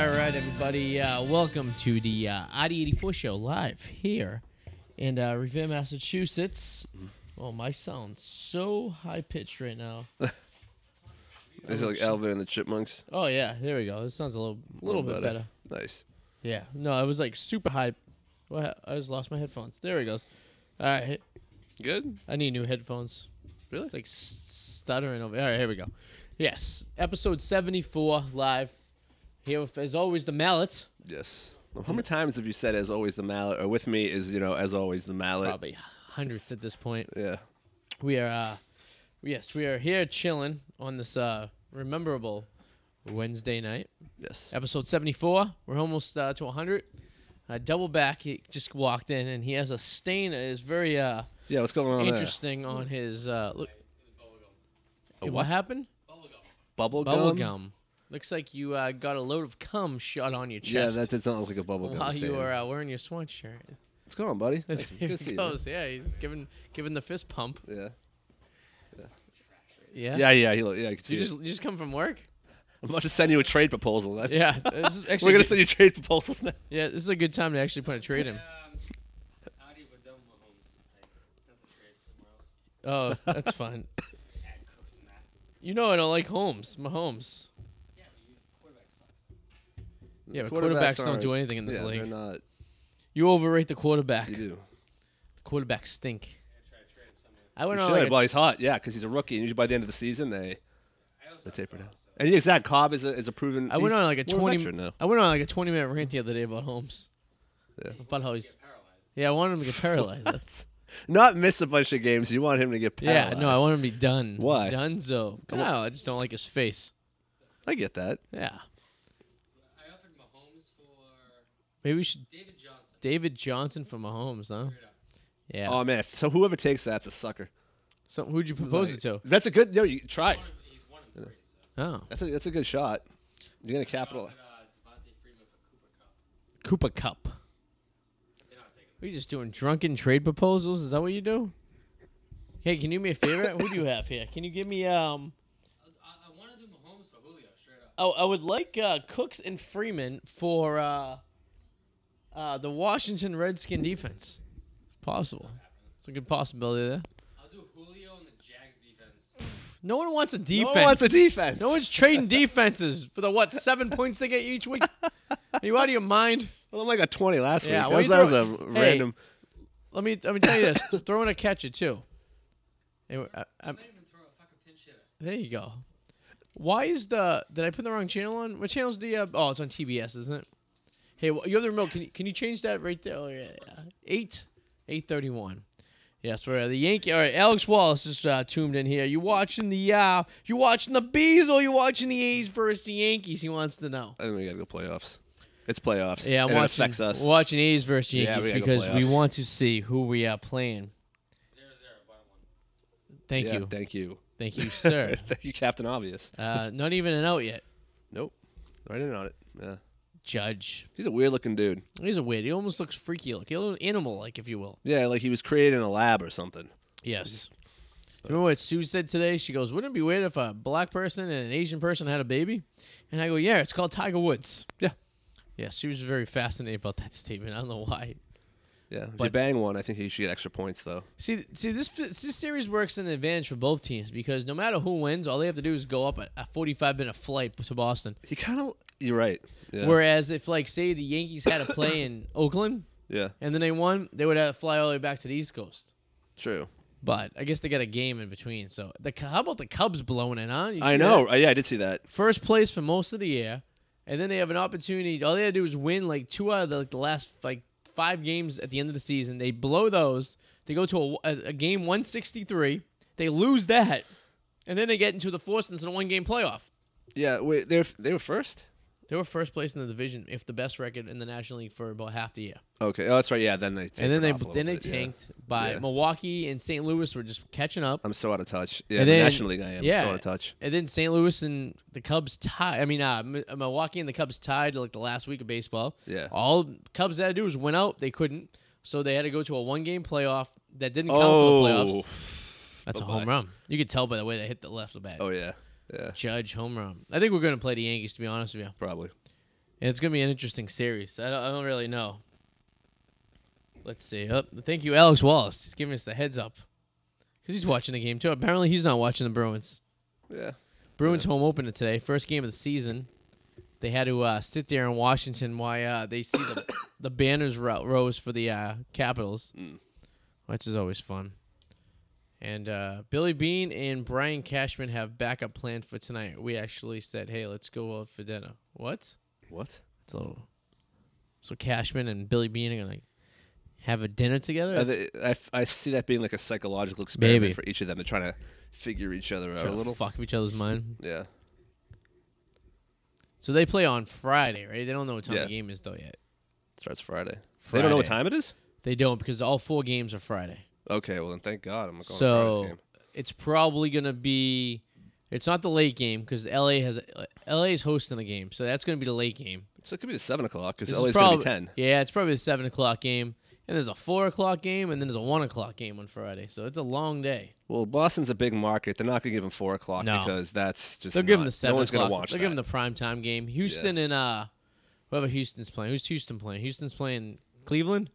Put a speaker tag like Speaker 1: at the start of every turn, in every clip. Speaker 1: everybody. Uh, welcome to the uh, ID84 show live here in uh, Revere, Massachusetts. Oh, my sound's so high pitched right now.
Speaker 2: Is it like Alvin and the Chipmunks?
Speaker 1: Oh, yeah, there we go. This sounds a little, little, bit better.
Speaker 2: Nice.
Speaker 1: Yeah, no, it was like super high. Well, I just lost my headphones. There it goes. All right,
Speaker 2: Good.
Speaker 1: I need new headphones.
Speaker 2: Really?
Speaker 1: It's like stuttering over. All right, here we go. Yes, episode 74 live. Here, with, as always, the mallet.
Speaker 2: yes. How many times have you said "as always the mallet" or "with me" is you know as always the mallet?
Speaker 1: Probably hundreds at this point.
Speaker 2: Yeah.
Speaker 1: We are, uh, yes, we are here chilling on this uh, rememberable Wednesday night,
Speaker 2: Yes.
Speaker 1: episode 74. We're almost uh, to 100. Uh, double back, he just walked in and he has a stain that is very uh,
Speaker 2: Yeah. What's going on? Oh, there?
Speaker 1: interesting on his. Uh, look. Hey, what
Speaker 2: what?
Speaker 1: happened?
Speaker 2: Bubble gum.
Speaker 1: Bubble gum. Looks like you uh, got a load of cum shot on your
Speaker 2: Yeah,
Speaker 1: chest
Speaker 2: that does not look like a bubble gum.
Speaker 1: while you
Speaker 2: stain.
Speaker 1: were uh, wearing your sweatshirt.
Speaker 2: What's going on, buddy?
Speaker 1: That's
Speaker 2: Thank
Speaker 1: here
Speaker 2: you. Good to see
Speaker 1: he
Speaker 2: you, man.
Speaker 1: goes. Yeah, he's giving giving the fist pump.
Speaker 2: Yeah.
Speaker 1: Yeah.
Speaker 2: Yeah, yeah, he look, yeah. I can see
Speaker 1: You
Speaker 2: it.
Speaker 1: just you just come from work?
Speaker 2: I'm about to send you a trade proposal.
Speaker 1: Yeah. This is actually
Speaker 2: We're
Speaker 1: a
Speaker 2: gonna
Speaker 1: good-
Speaker 2: send you trade proposals now.
Speaker 1: yeah, this is a good time to actually put a trade in.
Speaker 3: Um, Audi were done with Mahomes. Like, sent the trade somewhere else.
Speaker 1: Oh, that's fine.
Speaker 3: Add Cooks and that.
Speaker 1: You know I don't like Holmes, Mahomes.
Speaker 3: Yeah, but you quarterback sucks.
Speaker 1: Yeah, but
Speaker 2: Quarterbacks
Speaker 1: quarterbacks, don't
Speaker 2: aren't-
Speaker 1: do anything in this
Speaker 2: Yeah, they're
Speaker 1: league.
Speaker 2: not.
Speaker 1: You overrate the quarterback.
Speaker 2: You do.
Speaker 1: The quarterbacks stink.
Speaker 3: I try to trade him somewhere.
Speaker 1: I
Speaker 2: You
Speaker 1: went
Speaker 2: should.
Speaker 1: on like
Speaker 2: well, he's hot. Yeah, because he's a rookie, and usually by the end of the season they
Speaker 3: I
Speaker 2: they
Speaker 3: also have
Speaker 2: taper down.
Speaker 3: Cobb, so
Speaker 2: And yeah, Zach Cobb is a, is a proven.
Speaker 1: a, I went
Speaker 2: he's
Speaker 1: on like a
Speaker 2: more
Speaker 1: twenty
Speaker 2: veteran now.
Speaker 1: I went on like a twenty minute rant the other day about Holmes.
Speaker 2: Yeah.
Speaker 1: About how he's
Speaker 3: get paralyzed.
Speaker 1: Yeah, I wanted him to get paralyzed. That's,
Speaker 2: Not miss a bunch of games. You want him to get
Speaker 1: yeah,
Speaker 2: paralyzed.
Speaker 1: no, I want him to be done.
Speaker 2: Why?
Speaker 1: Dunzo. No, I just don't like his face.
Speaker 2: I get that.
Speaker 1: Yeah.
Speaker 3: I offered Mahomes for
Speaker 1: Maybe we should
Speaker 3: David Johnson.
Speaker 1: David Johnson for Mahomes, huh?
Speaker 3: Straight up.
Speaker 1: Yeah.
Speaker 2: Oh man, so whoever takes that's a sucker.
Speaker 1: so who'd you propose it to?
Speaker 2: That's a good. No, you try. it.
Speaker 3: One of- He's one and three, so.
Speaker 1: Oh.
Speaker 2: That's a that's a good shot. You're gonna
Speaker 3: I offered
Speaker 2: capitalize.
Speaker 3: uh, Devontae Freeman for Cooper Cup.
Speaker 1: Koopa Cup.
Speaker 3: They're not taking him.
Speaker 1: Are you just doing drunken trade proposals? Is that what you do? Hey, can you do me a favor? Who do you have here? Can you give me um?
Speaker 3: I, I want to do Mahomes for Julio, straight up.
Speaker 1: Oh, I would like uh, Cooks and Freeman for uh, uh, the Washington Redskin defense. If Possible. It's a good possibility there.
Speaker 3: I'll do Julio and the Jags defense.
Speaker 1: No one wants a defense.
Speaker 2: No one wants a defense.
Speaker 1: No one's trading defenses for the what seven points they get each week. Are you out of your mind?
Speaker 2: Well, I'm like a 20 last
Speaker 1: Yeah,
Speaker 2: week. That
Speaker 1: why
Speaker 2: was,
Speaker 1: you
Speaker 2: that was a
Speaker 1: throw- Hey.
Speaker 2: random.
Speaker 1: Let me let me tell you this: throw in a catcher too. Anyway, I,
Speaker 3: I
Speaker 1: I'm-
Speaker 3: might even throw a fucking pinch hitter.
Speaker 1: there you go. Why is the did I put the wrong channel on? What channel's the? Uh, oh, it's on TBS, isn't it? Hey, well, you have the remote. Can you, can you change that right there? Oh, yeah, yeah. Eight, eight thirty one. Yes, we're uh, the Yankee. All right, Alex Wallace is uh, tuned in here. You watching the? Uh, you watching the bees or you watching the A's versus the Yankees? He wants to know.
Speaker 2: I think we gotta go playoffs. It's playoffs.
Speaker 1: Yeah, I'm
Speaker 2: and
Speaker 1: watching,
Speaker 2: It affects us.
Speaker 1: watching A's versus
Speaker 2: Yeah,
Speaker 1: Yankees
Speaker 2: we gotta go
Speaker 1: because we
Speaker 2: playoffs.
Speaker 1: want to see who we are playing.
Speaker 3: Zero zero, bottom one.
Speaker 1: Thank
Speaker 2: Yeah,
Speaker 1: you,
Speaker 2: Thank you.
Speaker 1: thank you, sir.
Speaker 2: Thank you, Captain Obvious.
Speaker 1: Uh, not even an out yet.
Speaker 2: Nope. Right in on it. Yeah.
Speaker 1: Judge.
Speaker 2: He's a weird looking dude.
Speaker 1: He's a weird. He almost looks freaky like a little animal like, if you will.
Speaker 2: Yeah, like he was created in a lab or something.
Speaker 1: Yes. Remember what Sue said today? She goes, Wouldn't it be weird if a black person and an Asian person had a baby? And I go, Yeah, it's called Tiger Woods.
Speaker 2: Yeah.
Speaker 1: Yeah, she was very fascinated about that statement. I don't know why.
Speaker 2: Yeah. If you
Speaker 1: But-
Speaker 2: bang one, I think he should get extra points though.
Speaker 1: See, see, this this series works in advantage for both teams because no matter who wins, all they have to do is go up a, a forty-five minute flight to Boston.
Speaker 2: He kind of. You're right. Yeah.
Speaker 1: Whereas if, like, say the Yankees had a play in Oakland
Speaker 2: yeah.
Speaker 1: and then they won, they would have to fly all the way back to the East Coast.
Speaker 2: True.
Speaker 1: But I guess they got a game in between. So the Cu- how about the Cubs blowing it on?
Speaker 2: I know. Yeah, I did see that.
Speaker 1: First place for most of the year, and then they have an opportunity. All they had to do is win like two out of the, like, the last like five games at the end of the season. They blow those. They go to a, a game one sixty three. They lose that, and then they get into the fourth into the one game playoff.
Speaker 2: Yeah, wait, they're they were first.
Speaker 1: They were first place in the division, if the best record in the National League for about half the year.
Speaker 2: Okay, oh that's right. Yeah, then they
Speaker 1: And then
Speaker 2: tapered
Speaker 1: they
Speaker 2: off a little
Speaker 1: then they
Speaker 2: bit, yeah.
Speaker 1: tanked by
Speaker 2: Yeah.
Speaker 1: Milwaukee and St. Louis were just catching up.
Speaker 2: I'm so out of touch. Yeah,
Speaker 1: And
Speaker 2: the
Speaker 1: then-
Speaker 2: National League. I am
Speaker 1: yeah.
Speaker 2: so out of touch.
Speaker 1: And then St. Louis and the Cubs tie. I mean, uh, M- Milwaukee and the Cubs tied like the last week of baseball.
Speaker 2: Yeah.
Speaker 1: All Cubs had to do was win out. They couldn't, so they had to go to a one-game playoff that didn't count for the
Speaker 2: Oh,
Speaker 1: playoffs. That's a
Speaker 2: bye-bye.
Speaker 1: home run. You could tell by the way they hit the left of the bat.
Speaker 2: oh yeah, yeah,
Speaker 1: Judge home run. I think we're going to play the Yankees. To be honest with you,
Speaker 2: probably.
Speaker 1: And it's gonna be an interesting series. I don't, I don't really know. Let's see. Up. thank you, Alex Wallace. He's giving us the heads up because he's watching the game too. Apparently, he's not watching the Bruins.
Speaker 2: Yeah.
Speaker 1: Bruins home opener today, first game of the season. They had to uh, sit there in Washington while uh, they see the, the banners ro- rose for the uh, Capitals,
Speaker 2: Mm.
Speaker 1: which is always fun. And uh, Billy Bean and Brian Cashman have backup plans for tonight. We actually said, "Hey, let's go out for dinner." What?
Speaker 2: What?
Speaker 1: So, so Cashman and Billy Bean are gonna have a dinner together.
Speaker 2: I, th- I, f- I see that being like a psychological experiment
Speaker 1: Maybe.
Speaker 2: for each of them. They're trying to figure each other out
Speaker 1: Try
Speaker 2: a
Speaker 1: to
Speaker 2: little.
Speaker 1: fuck with each other's mind.
Speaker 2: yeah.
Speaker 1: So they play on Friday, right? They don't know what time
Speaker 2: Yeah.
Speaker 1: the game is though yet.
Speaker 2: Starts Friday. They don't know what
Speaker 1: Friday.
Speaker 2: time it is?
Speaker 1: They don't because all four games are Friday.
Speaker 2: Okay, well then thank God I'm not going to Friday's
Speaker 1: so
Speaker 2: game.
Speaker 1: it's probably gonna be. It's not the late game because LA has LA is hosting the game, so that's gonna be the late game.
Speaker 2: So it could be seven o'clock because
Speaker 1: This is
Speaker 2: LA's
Speaker 1: probably
Speaker 2: gonna be ten.
Speaker 1: Yeah, it's probably a seven o'clock game, and there's a four o'clock game, and then there's a one o'clock game on Friday. So it's a long day.
Speaker 2: Well, Boston's a big market. They're not gonna give him four o'clock
Speaker 1: No.
Speaker 2: because that's just
Speaker 1: They'll give him
Speaker 2: not-
Speaker 1: the seven
Speaker 2: No one's
Speaker 1: o'clock.
Speaker 2: gonna watch
Speaker 1: They'll
Speaker 2: that.
Speaker 1: give him the prime time game. Houston and uh, whoever Houston's playing. Who's Houston playing? Houston's playing Cleveland.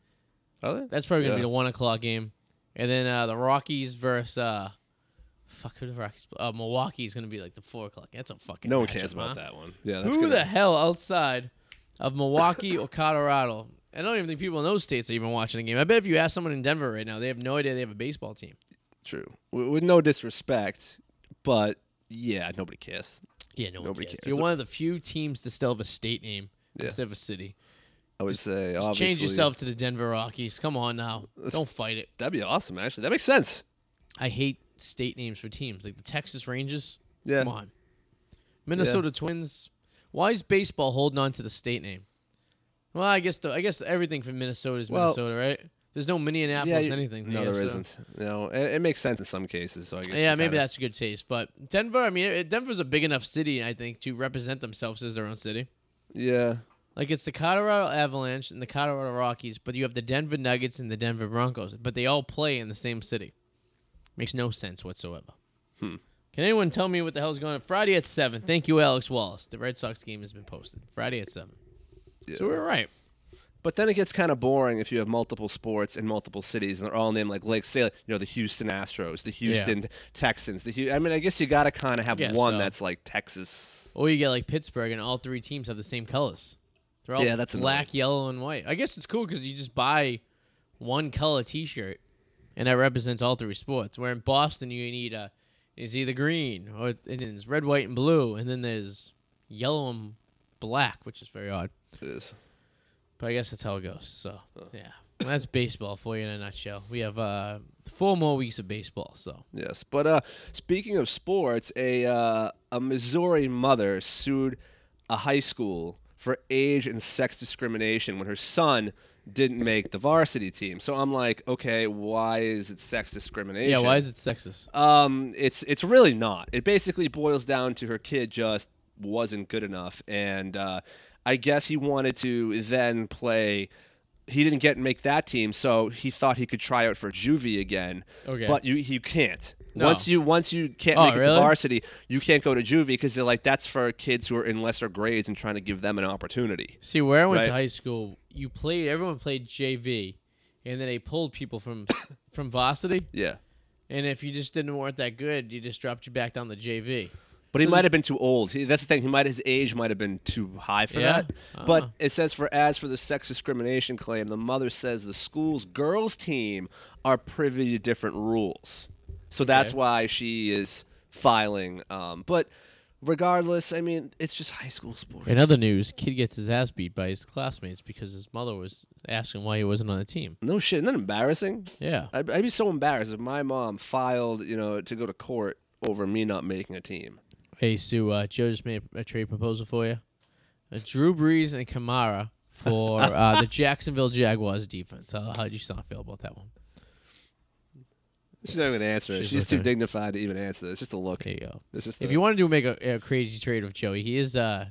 Speaker 2: Are they?
Speaker 1: That's probably gonna be
Speaker 2: Yeah.
Speaker 1: the one o'clock game, and then uh, the Rockies versus uh, fuck who the Rockies? play? Uh, Milwaukee's gonna be like the four o'clock. That's a fucking.
Speaker 2: No one
Speaker 1: matchup,
Speaker 2: cares about
Speaker 1: huh?
Speaker 2: that one. Yeah, that's
Speaker 1: Who
Speaker 2: gonna,
Speaker 1: the hell outside of Milwaukee or Colorado? I don't even think people in those states are even watching the game. I bet if you ask someone in Denver right now, they have no idea they have a baseball team.
Speaker 2: True. With, with no disrespect, but yeah, nobody cares.
Speaker 1: Yeah, no one
Speaker 2: Nobody
Speaker 1: cares.
Speaker 2: cares.
Speaker 1: You're one of the few teams to still have a state name
Speaker 2: Yeah.
Speaker 1: instead of a city.
Speaker 2: I would say
Speaker 1: Just
Speaker 2: obviously,
Speaker 1: Change yourself to the Denver Rockies. Come on now. Don't fight it.
Speaker 2: That'd be awesome. Actually, that makes sense.
Speaker 1: I hate state names for teams like the Texas Rangers.
Speaker 2: Yeah.
Speaker 1: Come on. Minnesota Twins. Why is baseball holding on to the state name? Well, I guess the, I guess everything from Minnesota is
Speaker 2: Well-
Speaker 1: Minnesota, right? There's no Minneapolis
Speaker 2: you-
Speaker 1: anything.
Speaker 2: No,
Speaker 1: there,
Speaker 2: there
Speaker 1: so-
Speaker 2: isn't. No, it, it makes sense in some cases. So I guess.
Speaker 1: Yeah,
Speaker 2: you
Speaker 1: maybe
Speaker 2: kinda-
Speaker 1: that's a good taste. But Denver, I mean, it- Denver's a big enough city, I think, to represent themselves as their own city.
Speaker 2: Yeah,
Speaker 1: Like it's the Colorado Avalanche and the Colorado Rockies, but you have the Denver Nuggets and the Denver Broncos, but they all play in the same city. Makes no sense whatsoever. Can anyone tell me what the hell's going on? Friday at seven. Thank you, Alex Wallace. The Red Sox game has been posted. Friday at seven. So we're right.
Speaker 2: but then it gets kind of boring if you have multiple sports in multiple cities and they're all named like Lake. Say, like, you know, the Houston Astros, the Houston Texans. The Hu- I mean, I guess you got to kind of have
Speaker 1: Yeah,
Speaker 2: one
Speaker 1: so-
Speaker 2: that's like Texas.
Speaker 1: Or you get like Pittsburgh, and all three teams have the same colors. They're all
Speaker 2: Yeah, that's annoying.
Speaker 1: black, yellow, and white. I guess it's cool because you just buy one color T-shirt, and that represents all three sports. Where in Boston, you need a is either green or and then it's red, white, and blue, and then there's yellow and black, which is very odd.
Speaker 2: It is.
Speaker 1: But I guess that's how it goes. So yeah, Well, that's baseball for you in a nutshell. We have uh, four more weeks of baseball. So
Speaker 2: Yes, but uh, speaking of sports, a uh, a Missouri mother sued a high school for age and sex discrimination when her son didn't make the varsity team. So I'm like, okay, why is it sex discrimination?
Speaker 1: yeah, why is it sexist?
Speaker 2: Um, it's it's really not. It basically boils down to her kid just wasn't good enough, and uh, I guess he wanted to then play. He didn't get make that team, so he thought he could try out for juvie again.
Speaker 1: Okay.
Speaker 2: but you you can't.
Speaker 1: No.
Speaker 2: Once you once you can't
Speaker 1: Oh,
Speaker 2: make it
Speaker 1: really?
Speaker 2: to varsity, you can't go to juvie because they're like that's for kids who are in lesser grades and trying to give them an opportunity.
Speaker 1: See, where I went to
Speaker 2: Right.
Speaker 1: high school, you played. Everyone played JV, and then they pulled people from from varsity.
Speaker 2: Yeah,
Speaker 1: And if you just didn't weren't that good, you just dropped you back down to JV.
Speaker 2: But he might have been too old. He, that's the thing. He might his age might have been too high for
Speaker 1: Yeah?
Speaker 2: that. But it says for as for the sex discrimination claim, the mother says the school's girls team are privy to different rules. So that's
Speaker 1: Okay.
Speaker 2: why she is filing. Um, but regardless, I mean, it's just high school sports.
Speaker 1: In other news, kid gets his ass beat by his classmates because his mother was asking why he wasn't on the team.
Speaker 2: no shit. Isn't that embarrassing?
Speaker 1: Yeah,
Speaker 2: I'd, I'd be so embarrassed if my mom filed, you know, to go to court over me not making a team.
Speaker 1: hey Sue, uh, Joe just made a trade proposal for you: uh, Drew Brees and Kamara for uh, the Jacksonville Jaguars defense. How how would you sound feel about that one?
Speaker 2: She's not even gonna answer it.
Speaker 1: She's
Speaker 2: She's, too
Speaker 1: okay.
Speaker 2: dignified to even answer this. It's just a look.
Speaker 1: There you go.
Speaker 2: It's just
Speaker 1: If
Speaker 2: a-
Speaker 1: you wanted to make a, a crazy trade with Joey, he is uh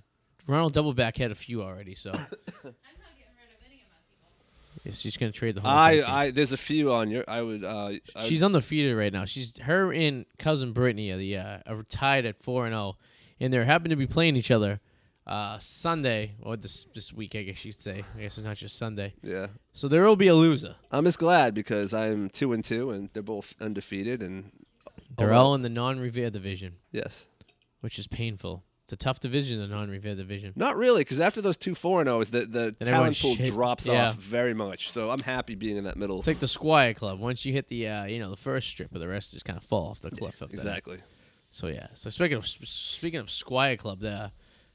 Speaker 1: Ronald Doubleback had a few already, so
Speaker 4: I'm not getting rid of any of my people.
Speaker 1: it's just gonna trade the whole
Speaker 2: I,
Speaker 1: entire team.
Speaker 2: I there's a few on your I would uh I
Speaker 1: She's undefeated right now. She's her oh, and cousin Brittany are the uh, are tied at four and zero, and they happen to be playing each other uh, Sunday or this this week. I guess you'd say. I guess it's not just Sunday.
Speaker 2: Yeah.
Speaker 1: So there will be a loser.
Speaker 2: I'm just glad because I'm two and two, and they're both undefeated. And
Speaker 1: They're
Speaker 2: Although-
Speaker 1: all in the non-Revere division,
Speaker 2: yes,
Speaker 1: which is painful. It's a tough division, the non-Revere division.
Speaker 2: not really, because after those two four and zeros, the the
Speaker 1: Then everyone
Speaker 2: talent pool
Speaker 1: shit-
Speaker 2: drops
Speaker 1: yeah.
Speaker 2: off very much. So I'm happy being in that middle.
Speaker 1: It's like the Squire Club. Once you hit the uh, you know the first strip, of the rest just kind of fall off the cliff. Of that.
Speaker 2: exactly.
Speaker 1: So yeah. So speaking of speaking of Squire Club, the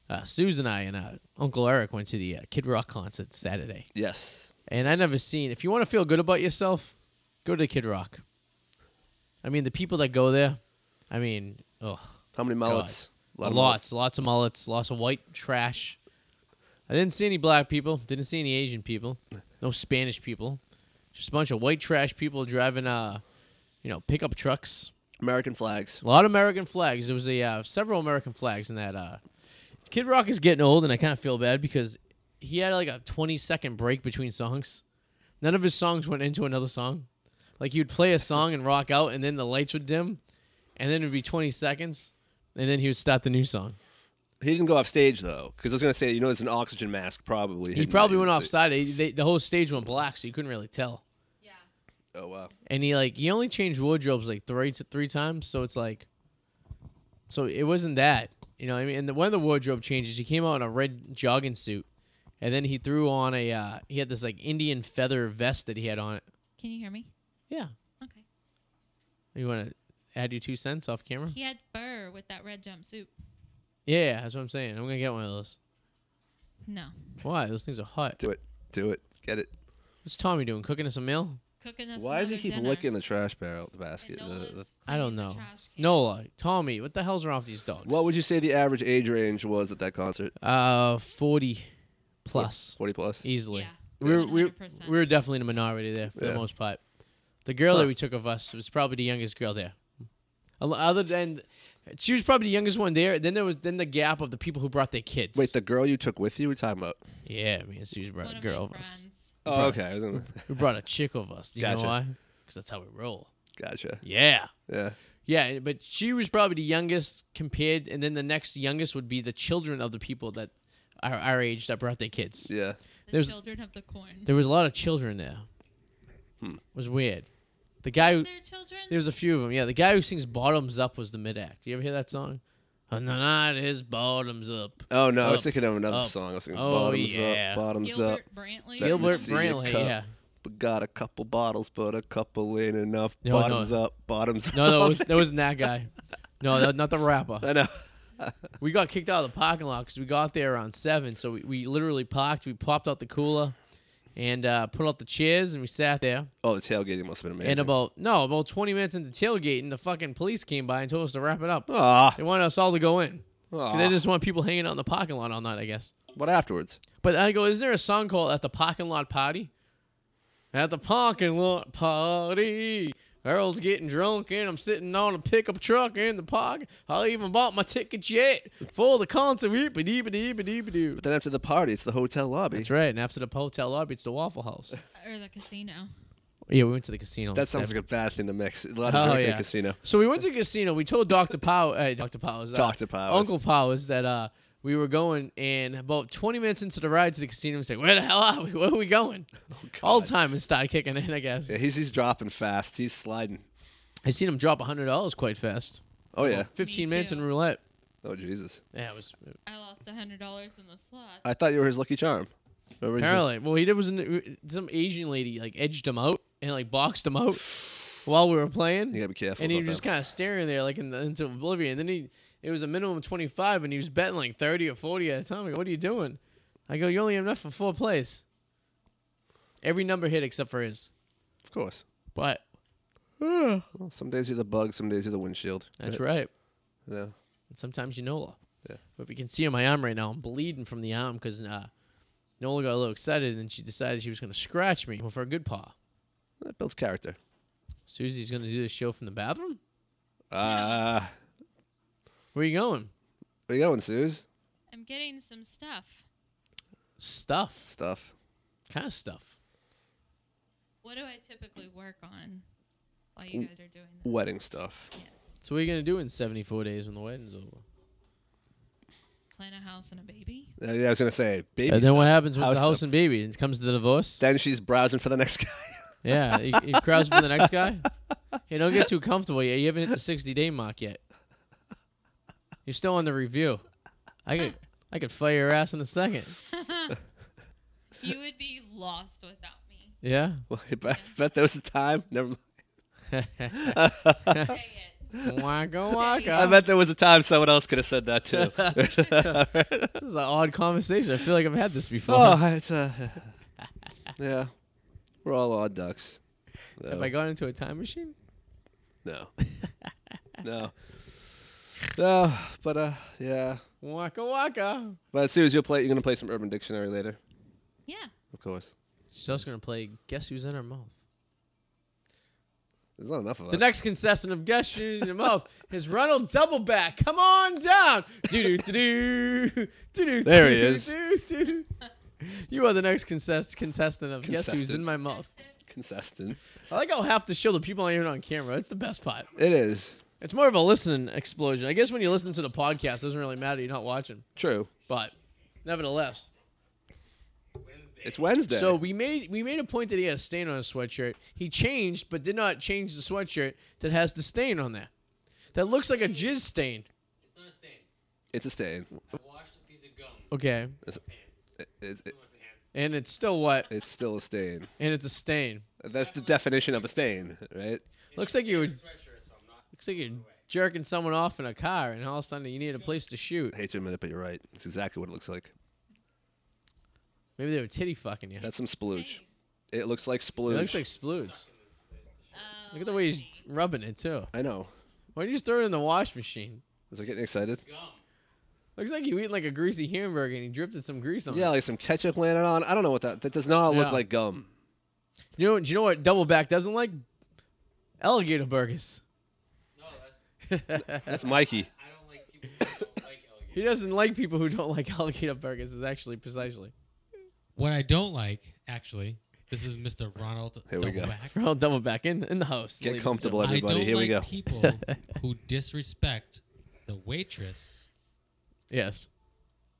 Speaker 1: uh, Susan and I and uh, Uncle Eric went to the uh, Kid Rock concert Saturday,
Speaker 2: Yes.
Speaker 1: and I never seen. If you want to feel good about yourself, go to Kid Rock. I mean, the people that go there, I mean, ugh,
Speaker 2: How many mullets?
Speaker 1: lots,
Speaker 2: of
Speaker 1: lots, of mullets, lots of white trash. I didn't see any black people. Didn't see any Asian people. No Spanish people. Just a bunch of white trash people driving, uh, you know, pickup trucks.
Speaker 2: American flags.
Speaker 1: A lot of American flags. There was a uh, several American flags in that. Uh, Kid Rock is getting old, and I kind of feel bad because he had like a 20 second break between songs. None of his songs went into another song. Like he would play a song and rock out, and then the lights would dim, and then it would be 20 seconds, and then he would start the new song.
Speaker 2: He didn't go off stage though, because I was gonna say, you know, there's an oxygen mask probably.
Speaker 1: He
Speaker 2: hidden
Speaker 1: probably
Speaker 2: that you
Speaker 1: went
Speaker 2: didn't
Speaker 1: off
Speaker 2: see.
Speaker 1: side. They- they- the whole stage went black, so you couldn't really tell.
Speaker 4: Yeah.
Speaker 2: Oh wow.
Speaker 1: and he like he only changed wardrobes like three to three times so it's like so it wasn't that you know what i mean and the, one of the wardrobe changes he came out in a red jogging suit and then he threw on a uh, he had this like indian feather vest that he had on it
Speaker 4: Can you hear me?
Speaker 1: yeah
Speaker 4: Okay.
Speaker 1: you want to add your two cents off camera
Speaker 4: He had fur with that red jumpsuit.
Speaker 1: yeah that's what i'm saying i'm gonna get one of those
Speaker 4: No.
Speaker 1: why those things are hot
Speaker 2: Do it. Do it. Get it.
Speaker 1: what's tommy doing cooking us a meal
Speaker 4: Cooking us.
Speaker 2: Why does he
Speaker 4: another
Speaker 2: keep
Speaker 4: dinner.
Speaker 2: licking the trash barrel, the
Speaker 4: And
Speaker 2: basket?
Speaker 4: Nola's
Speaker 2: the- the-
Speaker 1: i don't
Speaker 4: cleaning the
Speaker 1: know
Speaker 4: trash can.
Speaker 1: nola tommy what the hell's wrong with these dogs
Speaker 2: What would you say the average age range was at that concert?
Speaker 1: uh 40 plus
Speaker 2: Forty plus.
Speaker 1: easily
Speaker 4: Yeah.
Speaker 1: we were, we, were-
Speaker 4: 100%.
Speaker 1: we were definitely in a minority there for the
Speaker 2: Yeah.
Speaker 1: most part. The girl
Speaker 2: Huh.
Speaker 1: that we took of us was probably the youngest girl there. A lo- Other than she was probably the youngest one there. Then there was then the gap of the people who brought their kids.
Speaker 2: Wait, the girl you took with you? We're talking about.
Speaker 1: yeah, me and Susie brought
Speaker 4: One
Speaker 1: a
Speaker 4: of
Speaker 1: girl
Speaker 4: my
Speaker 1: of us.
Speaker 4: friends.
Speaker 2: Oh, okay. I was gonna-
Speaker 1: We brought a chick of us. You
Speaker 2: Gotcha.
Speaker 1: know why? Because that's how we roll.
Speaker 2: Gotcha.
Speaker 1: Yeah,
Speaker 2: Yeah.
Speaker 1: yeah. But she was probably the youngest compared, and then the next youngest would be the children of the people that are our age that brought their kids.
Speaker 2: Yeah.
Speaker 4: The
Speaker 1: There's-
Speaker 4: children of the corn.
Speaker 1: There was a lot of children there. It was weird. The guy who
Speaker 4: Their children.
Speaker 1: There's a few of them. Yeah, the guy who sings "Bottoms Up" was the mid act. You ever hear that song? And the night is bottoms up.
Speaker 2: Oh no, I was
Speaker 1: Up,
Speaker 2: thinking of another
Speaker 1: up.
Speaker 2: song. I was thinking
Speaker 1: Oh,
Speaker 2: bottoms
Speaker 1: yeah.
Speaker 2: up, bottoms
Speaker 4: Gilbert
Speaker 2: up.
Speaker 4: Brantley.
Speaker 2: That- Let me
Speaker 1: Gilbert
Speaker 2: see your
Speaker 1: Brantley.
Speaker 2: cup.
Speaker 1: Yeah.
Speaker 2: Got a couple bottles, but a couple ain't enough.
Speaker 1: No,
Speaker 2: bottoms
Speaker 1: no.
Speaker 2: up, bottoms
Speaker 1: No,
Speaker 2: up.
Speaker 1: that was that wasn't that guy. No, that, not the rapper.
Speaker 2: I know.
Speaker 1: We got kicked out of the parking lot because we got there around seven. So we, we literally parked. We popped out the cooler, and uh, put out the chairs, and we sat there.
Speaker 2: Oh, the tailgating must have been amazing.
Speaker 1: And about no, about twenty minutes into tailgating, the fucking police came by and told us to wrap it up.
Speaker 2: Ah,
Speaker 1: They wanted us all to go in. 'Cause They
Speaker 2: ah.
Speaker 1: just want people hanging out in the parking lot all night, I guess.
Speaker 2: What afterwards?
Speaker 1: But I go, is there a song called "At the Parking Lot Party"? At the parking lot party, Earl's getting drunk and I'm sitting on a pickup truck in the park. I even bought my tickets yet for the concert. Weep-a-dee-ba-dee-ba-dee-ba-doo.
Speaker 2: Then after the party, it's the hotel lobby.
Speaker 1: That's right. And after the hotel lobby, it's the Waffle House.
Speaker 4: or the casino.
Speaker 1: Yeah, we went to the casino.
Speaker 2: That sounds like a bad thing to mix. A lot of
Speaker 1: Oh,
Speaker 2: drinking at
Speaker 1: yeah.
Speaker 2: casino.
Speaker 1: So we went to the casino. We told Doctor Powers, uh, Doctor Powers, uh,
Speaker 2: Dr. Powers.
Speaker 1: Uncle Powers, that uh, we were going. And about 20 minutes into the ride to the casino, we said, "Where the hell are we? Where are we going?" All time and started kicking in. I guess
Speaker 2: Oh, Yeah, he's he's dropping fast. He's sliding.
Speaker 1: I seen him drop hundred dollars quite fast.
Speaker 2: Oh yeah.
Speaker 1: 15
Speaker 4: Me
Speaker 1: minutes
Speaker 4: too.
Speaker 1: in roulette.
Speaker 2: Oh Jesus.
Speaker 1: Yeah, it was
Speaker 4: I lost a hundred dollars in the slot.
Speaker 2: I thought you were his lucky charm. Remember, he's just-
Speaker 1: apparently. Well, he did was an, some Asian lady like edged him out and like boxed him out while we were playing.
Speaker 2: you gotta be careful.
Speaker 1: and he
Speaker 2: about
Speaker 1: was just
Speaker 2: that.
Speaker 1: kind of staring there like in the, into oblivion. And then he it was a minimum of 25 and he was betting like 30 or 40 at a time. I go, "What are you doing?" I go, "You only have enough for four plays." Every number hit except for his.
Speaker 2: Of course.
Speaker 1: But
Speaker 2: Well, some days you're the bug. Some days you're the windshield.
Speaker 1: that's right.
Speaker 2: Yeah.
Speaker 1: And sometimes you Nola.
Speaker 2: Yeah.
Speaker 1: But if you can see on my arm right now, I'm bleeding from the arm because uh, Nola got a little excited and she decided she was going to scratch me for a good paw.
Speaker 2: That builds character.
Speaker 1: Susie's going to do this show from the bathroom?
Speaker 2: Ah.
Speaker 1: Where you going?
Speaker 2: Where you going, Suze?
Speaker 4: I'm getting some stuff.
Speaker 1: Stuff.
Speaker 2: Stuff.
Speaker 1: Kind of stuff.
Speaker 4: What do I typically work on while you guys are doing that?
Speaker 2: Wedding stuff.
Speaker 4: Yes.
Speaker 1: So what are you going to do in 74 days when the wedding's over?
Speaker 4: plan a house and a baby?
Speaker 2: Uh, yeah, I was gonna say baby.
Speaker 1: And then what
Speaker 2: stuff.
Speaker 1: happens when
Speaker 2: House
Speaker 1: the house
Speaker 2: stuff.
Speaker 1: and baby and it comes to the divorce?
Speaker 2: Then she's browsing for the next guy.
Speaker 1: yeah, he, he crowds for the next guy. Hey, don't get too comfortable yet. You haven't hit the sixty day mark yet. You're still on the review. I could I could fire your ass in a second.
Speaker 4: You would be lost without me.
Speaker 1: Yeah.
Speaker 2: well, I bet- I bet there was a time. Never mind.
Speaker 4: Say it.
Speaker 1: waka
Speaker 2: I
Speaker 1: waka.
Speaker 2: bet there was a time someone else could have said that too.
Speaker 1: This is an odd conversation. I feel like I've had this before.
Speaker 2: oh, it's uh, yeah, we're all odd ducks.
Speaker 1: Have
Speaker 2: No.
Speaker 1: I gone into a time machine?
Speaker 2: No. no. No, but uh, yeah.
Speaker 1: Waka waka.
Speaker 2: But Suze, you'll play. You're gonna play some Urban Dictionary later,
Speaker 4: Yeah.
Speaker 2: of course.
Speaker 1: She's also gonna play Guess Who's in Her Mouth.
Speaker 2: There's not enough of
Speaker 1: The
Speaker 2: us.
Speaker 1: next contestant of Guess Who's in Her Mouth is Ronald Doubleback. Come on down. Do do do do do.
Speaker 2: There he is.
Speaker 1: You are the next contest- contestant of Guess Who's
Speaker 2: Contestant.
Speaker 1: in My Mouth.
Speaker 2: Consistent.
Speaker 1: I like how half the show the people aren't even on camera. It's the best part.
Speaker 2: It is
Speaker 1: It's more of a listening explosion. I guess when you listen to the podcast, it doesn't really matter. You're not watching,
Speaker 2: true.
Speaker 1: but nevertheless.
Speaker 3: Wednesday.
Speaker 2: It's Wednesday.
Speaker 1: So we made we made a point that he had a stain on his sweatshirt. He changed, but did not change the sweatshirt that has the stain on there. That looks like a jizz stain.
Speaker 3: It's not a stain.
Speaker 2: it's a stain.
Speaker 3: I washed a piece of gum.
Speaker 1: Okay,
Speaker 2: It's,
Speaker 3: Pants.
Speaker 2: it, it,
Speaker 3: Still my pants.
Speaker 1: and it's still what?
Speaker 2: it's still a stain.
Speaker 1: And it's a stain.
Speaker 2: That's the definition of a stain, right?
Speaker 1: Looks like you were
Speaker 3: It's sweatshirt, so I'm not.
Speaker 1: looks like you're jerking someone off in a car, and all of a sudden you need a place to shoot.
Speaker 2: I hate to admit it, but you're right. It's exactly what it looks like.
Speaker 1: Maybe they were titty fucking you. It
Speaker 2: That's some splooge.
Speaker 4: Hey.
Speaker 2: It looks like splooge.
Speaker 1: looks like sploots.
Speaker 4: Oh,
Speaker 1: Look at the way he's rubbing it too.
Speaker 2: I know.
Speaker 1: Why don't you just throw it in the wash machine?
Speaker 2: Is it getting excited?
Speaker 3: Gum.
Speaker 1: Looks like you eating like a greasy hamburger and he dripped some grease on
Speaker 2: Yeah,
Speaker 1: it.
Speaker 2: like some ketchup landed on. I don't know what that. That does not
Speaker 1: Yeah.
Speaker 2: look like gum.
Speaker 1: You know, do you know what double back doesn't like? Alligator burgers.
Speaker 3: No, that's.
Speaker 2: That's Mikey.
Speaker 3: I don't like people who don't like
Speaker 1: He
Speaker 3: alligators.
Speaker 1: doesn't like people who don't like alligator burgers. Is actually precisely
Speaker 5: What I don't like, actually, this is Mr. Ronald
Speaker 2: Here we go.
Speaker 5: Doubleback.
Speaker 1: Ronald Doubleback in in the house.
Speaker 2: Get
Speaker 1: ladies and
Speaker 2: comfortable,
Speaker 1: gentlemen.
Speaker 5: I
Speaker 2: everybody.
Speaker 5: don't
Speaker 2: Here
Speaker 5: like
Speaker 2: we go.
Speaker 5: people who disrespect the waitress
Speaker 1: Yes.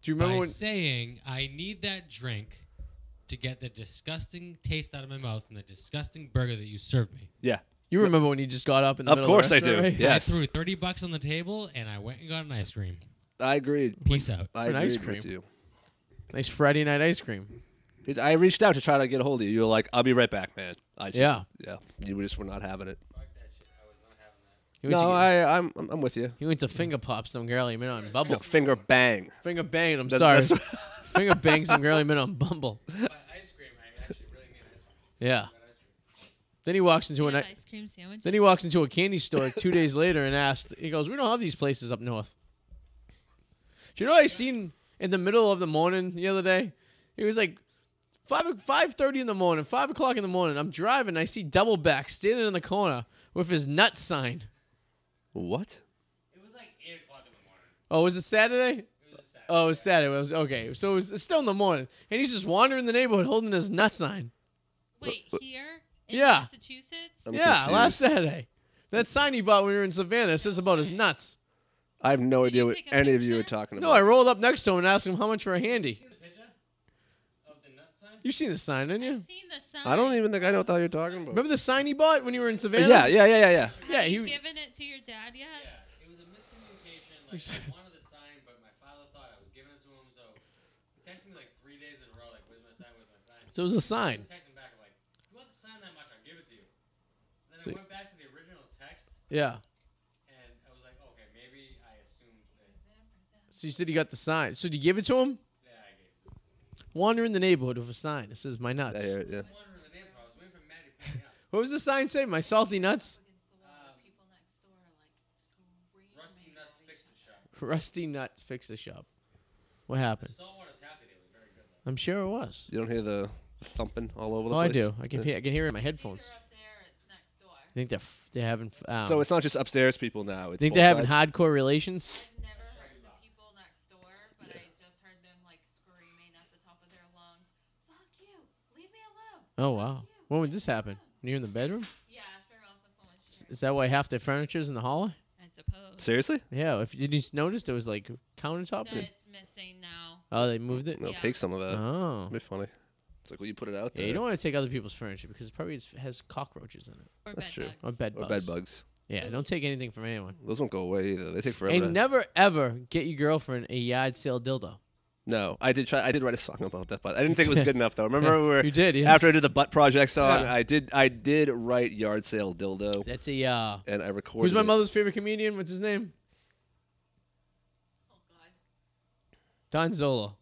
Speaker 1: Do you
Speaker 5: by
Speaker 1: remember when?
Speaker 5: saying, "I need that drink to get the disgusting taste out of my mouth and the disgusting burger that you served me."
Speaker 2: Yeah.
Speaker 1: You remember when you just got up in the
Speaker 2: Of
Speaker 1: middle the
Speaker 2: course I
Speaker 1: restaurant,
Speaker 2: do.
Speaker 1: right?
Speaker 2: Yeah. Yes.
Speaker 5: I threw thirty bucks on the table and I went and got an ice cream.
Speaker 2: I agreed.
Speaker 5: Peace out.
Speaker 2: I
Speaker 1: An ice
Speaker 2: agreed with
Speaker 1: cream.
Speaker 2: you.
Speaker 1: Nice Friday night ice cream.
Speaker 2: It- I reached out to try to get a hold of you. You were like, "I'll be right back, man." I just,
Speaker 1: Yeah.
Speaker 2: yeah. You just were not having it.
Speaker 3: Fuck that shit. I was not having that.
Speaker 1: He went
Speaker 2: No,
Speaker 1: to,
Speaker 2: I, I'm, I'm I'm with you.
Speaker 1: he went to finger pop some girl he met on Bumble.
Speaker 2: No, finger bang.
Speaker 1: Finger banged. I'm
Speaker 2: That-
Speaker 1: sorry.
Speaker 2: that's-
Speaker 1: finger banged some girl he met on Bumble.
Speaker 3: But ice cream, I actually really need ice cream.
Speaker 1: Yeah.
Speaker 3: But ice cream.
Speaker 1: Then he walks into
Speaker 4: we
Speaker 1: an. e-
Speaker 4: have ice cream sandwich.
Speaker 1: Then he walks into a candy store two days later and asks, he goes, We don't have these places up north. Do you know what I seen in the middle of the morning the other day? It was like five five thirty in the morning, five o'clock in the morning. I'm driving, I see double back standing in the corner with his nut sign.
Speaker 2: what?
Speaker 3: It was like 8 o'clock in the morning.
Speaker 1: Oh, was it Saturday?
Speaker 3: It was a Saturday.
Speaker 1: Oh, it was Saturday. It was okay. So it was it's still in the morning. And he's just wandering the neighborhood holding his nut sign.
Speaker 4: Wait, here in
Speaker 1: Yeah.
Speaker 4: Massachusetts?
Speaker 2: I'm
Speaker 1: yeah, last
Speaker 2: confused.
Speaker 1: Saturday. That sign he bought when we were in Savannah it says about his nuts.
Speaker 2: I have no idea
Speaker 4: you
Speaker 2: what
Speaker 4: take a
Speaker 2: any of you were
Speaker 4: picture?
Speaker 2: talking
Speaker 1: No, I
Speaker 2: about.
Speaker 1: rolled up next to him and asked him how much for a handy.
Speaker 3: You seen the picture of the nut sign?
Speaker 1: You've seen the sign, didn't you?
Speaker 4: I've seen the sign.
Speaker 2: I don't even think I know what the hell you're talking about.
Speaker 1: Remember the sign he bought when you were in Savannah?
Speaker 2: yeah, yeah, yeah, yeah, yeah.
Speaker 1: Yeah,
Speaker 4: Have you
Speaker 1: he-
Speaker 4: given it to your dad yet?
Speaker 3: Yeah, it was a miscommunication. Like, I wanted the sign, but my father thought I was giving it to him, so he texted me like three days in a row, like, where's my sign, where's my sign?
Speaker 1: So it was a
Speaker 3: I
Speaker 1: sign.
Speaker 3: texted him back, I'm like, if you want the sign that much, I'll give it to you. And then
Speaker 1: So-
Speaker 3: I went back to the original text,
Speaker 1: Yeah.
Speaker 3: and I was like, okay, maybe I assumed that,
Speaker 1: So you said you got the sign. So did you give it to him?
Speaker 3: that I gave it to him.
Speaker 1: Wander in the neighborhood with a sign. It says my
Speaker 2: I
Speaker 1: nuts.
Speaker 2: hear it, yeah.
Speaker 3: I wanted the neighborhood. I was waiting for Maddie to pick me up.
Speaker 1: What was the sign say? My salty nuts?
Speaker 3: Um, Rusty Nuts Fix It Shop.
Speaker 1: Rusty nut fix the shop. What
Speaker 3: The
Speaker 1: happened?
Speaker 3: saltwater taffy day was very good, though.
Speaker 1: I'm sure it was.
Speaker 2: You don't hear the thumping all over the
Speaker 1: Oh, I
Speaker 2: place.
Speaker 1: do. I can
Speaker 2: Yeah.
Speaker 1: hear. I can hear it in my
Speaker 4: It's
Speaker 1: headphones.
Speaker 4: either up there or it's next door.
Speaker 1: I think they're f- they're having. f- Um,
Speaker 2: So it's not just upstairs people now. It's
Speaker 1: think
Speaker 2: both
Speaker 1: they're having
Speaker 2: sides.
Speaker 1: hardcore relations.
Speaker 4: I've never heard the people next door, but I just heard them like screaming at the top of their lungs, "Fuck you! Leave me alone!"
Speaker 1: Oh wow. When would this happen? When you're in the bedroom?
Speaker 4: Yeah, after off the phone.
Speaker 1: Is that why half the furniture's in the hallway?
Speaker 4: It's suppose.
Speaker 2: Seriously?
Speaker 1: Yeah, if you didn't notice, there was like countertop.
Speaker 4: That it's missing now.
Speaker 1: Oh, they moved it.
Speaker 2: No, uh,
Speaker 4: Yeah.
Speaker 2: take some of that.
Speaker 1: Oh,
Speaker 2: It'd be funny. It's like, will you put it out
Speaker 1: yeah.
Speaker 2: there?
Speaker 1: You don't want to take other people's furniture because it probably is- has cockroaches in it
Speaker 4: Or
Speaker 2: That's
Speaker 4: bed
Speaker 2: true.
Speaker 4: bugs.
Speaker 1: or bed
Speaker 2: or
Speaker 1: bugs.
Speaker 2: bed bugs.
Speaker 1: Yeah, don't take anything from anyone.
Speaker 2: Those won't go away either. They take forever. to-
Speaker 1: And never ever get your girlfriend a yard sale dildo.
Speaker 2: no, I did try. I did write a song about that, but I didn't think it was good enough though. Remember we were
Speaker 1: You did, yes.
Speaker 2: after I did the butt project song.
Speaker 1: Yeah.
Speaker 2: I did. I did write yard sale dildo,
Speaker 1: That's a. Uh,
Speaker 2: and I recorded.
Speaker 1: who's my
Speaker 2: it.
Speaker 1: mother's favorite comedian? What's his name?
Speaker 4: Oh God.
Speaker 1: Don Zola.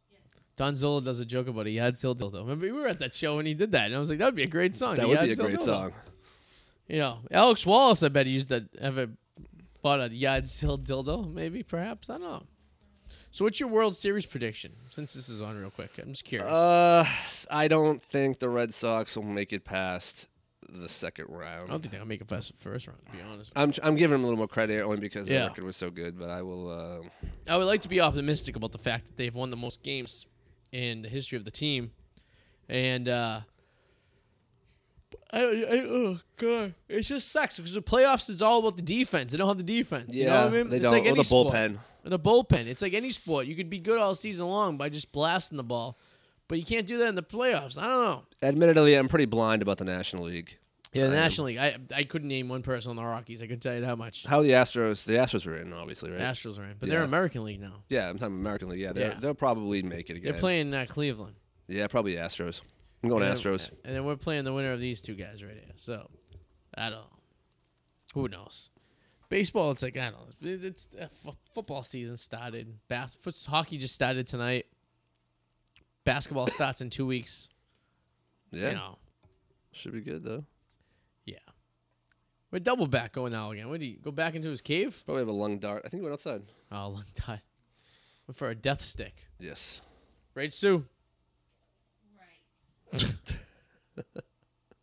Speaker 1: Don Zola does a joke about a yard sale dildo. Remember, we were at that show and he did that, and I was like, that would be a great song.
Speaker 2: That would
Speaker 1: yard
Speaker 2: be a
Speaker 1: sale
Speaker 2: great
Speaker 1: dildo.
Speaker 2: song.
Speaker 1: You know, Alex Wallace, I bet he used to have a bought a yard sale dildo, maybe, perhaps. I don't know. So, what's your World Series prediction? Since this is on real quick, I'm just curious.
Speaker 2: Uh, I don't think the Red Sox will make it past the second
Speaker 1: I don't
Speaker 2: round.
Speaker 1: think they'll make it past the first round, to be honest.
Speaker 2: I'm I'm giving them a little more credit only because the
Speaker 1: Yeah.
Speaker 2: record was so good, but I will. Uh,
Speaker 1: I would like to be optimistic about the fact that they've won the most games in the history of the team, and uh, I, I, oh god, it just sucks because the playoffs is all about the defense. They don't have the defense. you know
Speaker 2: yeah,
Speaker 1: what I mean?
Speaker 2: they
Speaker 1: It's
Speaker 2: don't.
Speaker 1: Like
Speaker 2: or
Speaker 1: any
Speaker 2: the
Speaker 1: sport.
Speaker 2: bullpen.
Speaker 1: Or the bullpen. It's like any sport. You could be good all season long by just blasting the ball, but you can't do that in the playoffs. I don't know.
Speaker 2: Admittedly, I'm pretty blind about the National League.
Speaker 1: Yeah, the National League. I I couldn't name one person on the Rockies. I couldn't tell you that much.
Speaker 2: How the Astros? The Astros were in, obviously, right?
Speaker 1: Astros are in, but they're
Speaker 2: Yeah.
Speaker 1: American League now.
Speaker 2: yeah, I'm talking American League. Yeah, they're,
Speaker 1: Yeah.
Speaker 2: they'll probably make it again.
Speaker 1: They're playing uh, Cleveland.
Speaker 2: Yeah, probably Astros. I'm going
Speaker 1: And then-
Speaker 2: Astros.
Speaker 1: And then we're playing the winner of these two guys right here. So, I don't know. Who knows? Baseball, it's like, I don't know. It- It's uh, f- Football season started. Bas- foot- hockey just started tonight. Basketball starts in two weeks.
Speaker 2: Yeah,
Speaker 1: You know,
Speaker 2: should be good though.
Speaker 1: yeah. We're double back going now again. What do you go back into his cave?
Speaker 2: Probably have a lung dart. I think he went outside.
Speaker 1: Oh, long time. Went for a death stick.
Speaker 2: Yes.
Speaker 1: Right, Sue?
Speaker 4: Right.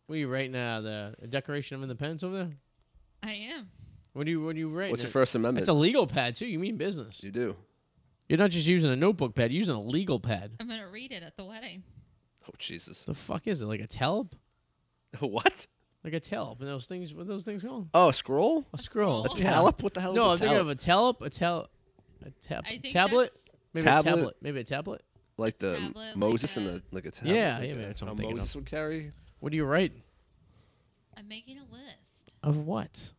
Speaker 1: What are you writing now? The Declaration of Independence over there?
Speaker 4: I am.
Speaker 1: What do you, what are you writing?
Speaker 2: What's your
Speaker 1: it?
Speaker 2: First Amendment?
Speaker 1: It's a legal pad, too. You mean business.
Speaker 2: you do.
Speaker 1: You're not just using a notebook pad, you're using a legal pad.
Speaker 4: I'm gonna read it at the wedding.
Speaker 2: Oh Jesus.
Speaker 1: The fuck is it? Like a telp?
Speaker 2: what?
Speaker 1: Like a telp. And those things what are those things called?
Speaker 2: Oh, a scroll?
Speaker 1: A scroll.
Speaker 4: A
Speaker 2: A
Speaker 4: Oh.
Speaker 2: Talip? What the hell?
Speaker 1: No, I'm
Speaker 2: is a
Speaker 1: thinking
Speaker 2: talip?
Speaker 1: of a telp, a tel a tab
Speaker 4: I think
Speaker 1: tablet?
Speaker 4: that's-
Speaker 1: Maybe
Speaker 2: Tablet?
Speaker 1: a tablet. Maybe a tablet.
Speaker 2: like the
Speaker 4: tablet, like
Speaker 2: Moses
Speaker 4: a-
Speaker 2: and the like a tablet.
Speaker 1: Yeah,
Speaker 2: like
Speaker 1: yeah,
Speaker 2: a-
Speaker 1: maybe that's what I'm
Speaker 2: how
Speaker 1: thinking
Speaker 2: Moses would carry
Speaker 1: What do you write?
Speaker 4: I'm making a list.
Speaker 1: Of what?
Speaker 4: Stuff.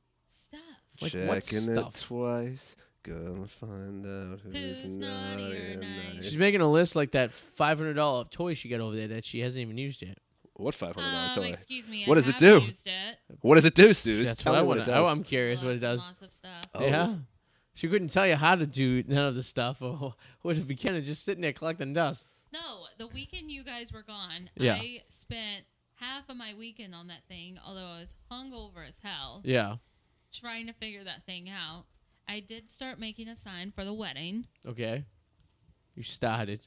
Speaker 1: Like
Speaker 2: checking
Speaker 1: what
Speaker 2: it
Speaker 1: stuff?
Speaker 2: twice. Gonna find out who's,
Speaker 4: Who's naughty or
Speaker 2: and
Speaker 4: nice.
Speaker 1: She's making a list like that five hundred dollar toy she got over there that she hasn't even used yet.
Speaker 2: What five hundred dollar
Speaker 4: Um,
Speaker 2: toy?
Speaker 4: excuse me.
Speaker 2: What
Speaker 4: I
Speaker 2: does it
Speaker 4: have
Speaker 2: do?
Speaker 4: Used it.
Speaker 2: What does it do, Stu?
Speaker 1: That's
Speaker 2: Tell
Speaker 1: what I
Speaker 2: me what
Speaker 1: want.
Speaker 2: it does.
Speaker 1: I'm curious what it
Speaker 4: Lots and
Speaker 1: does.
Speaker 4: Lots of stuff.
Speaker 2: Oh.
Speaker 1: Yeah. She couldn't tell you how to do none of the stuff or what it began to just sitting there collecting dust.
Speaker 4: No, the weekend you guys were gone,
Speaker 1: Yeah.
Speaker 4: I spent half of my weekend on that thing, although I was hungover as hell,
Speaker 1: Yeah.
Speaker 4: trying to figure that thing out. I did start making a sign for the wedding.
Speaker 1: Okay. You started.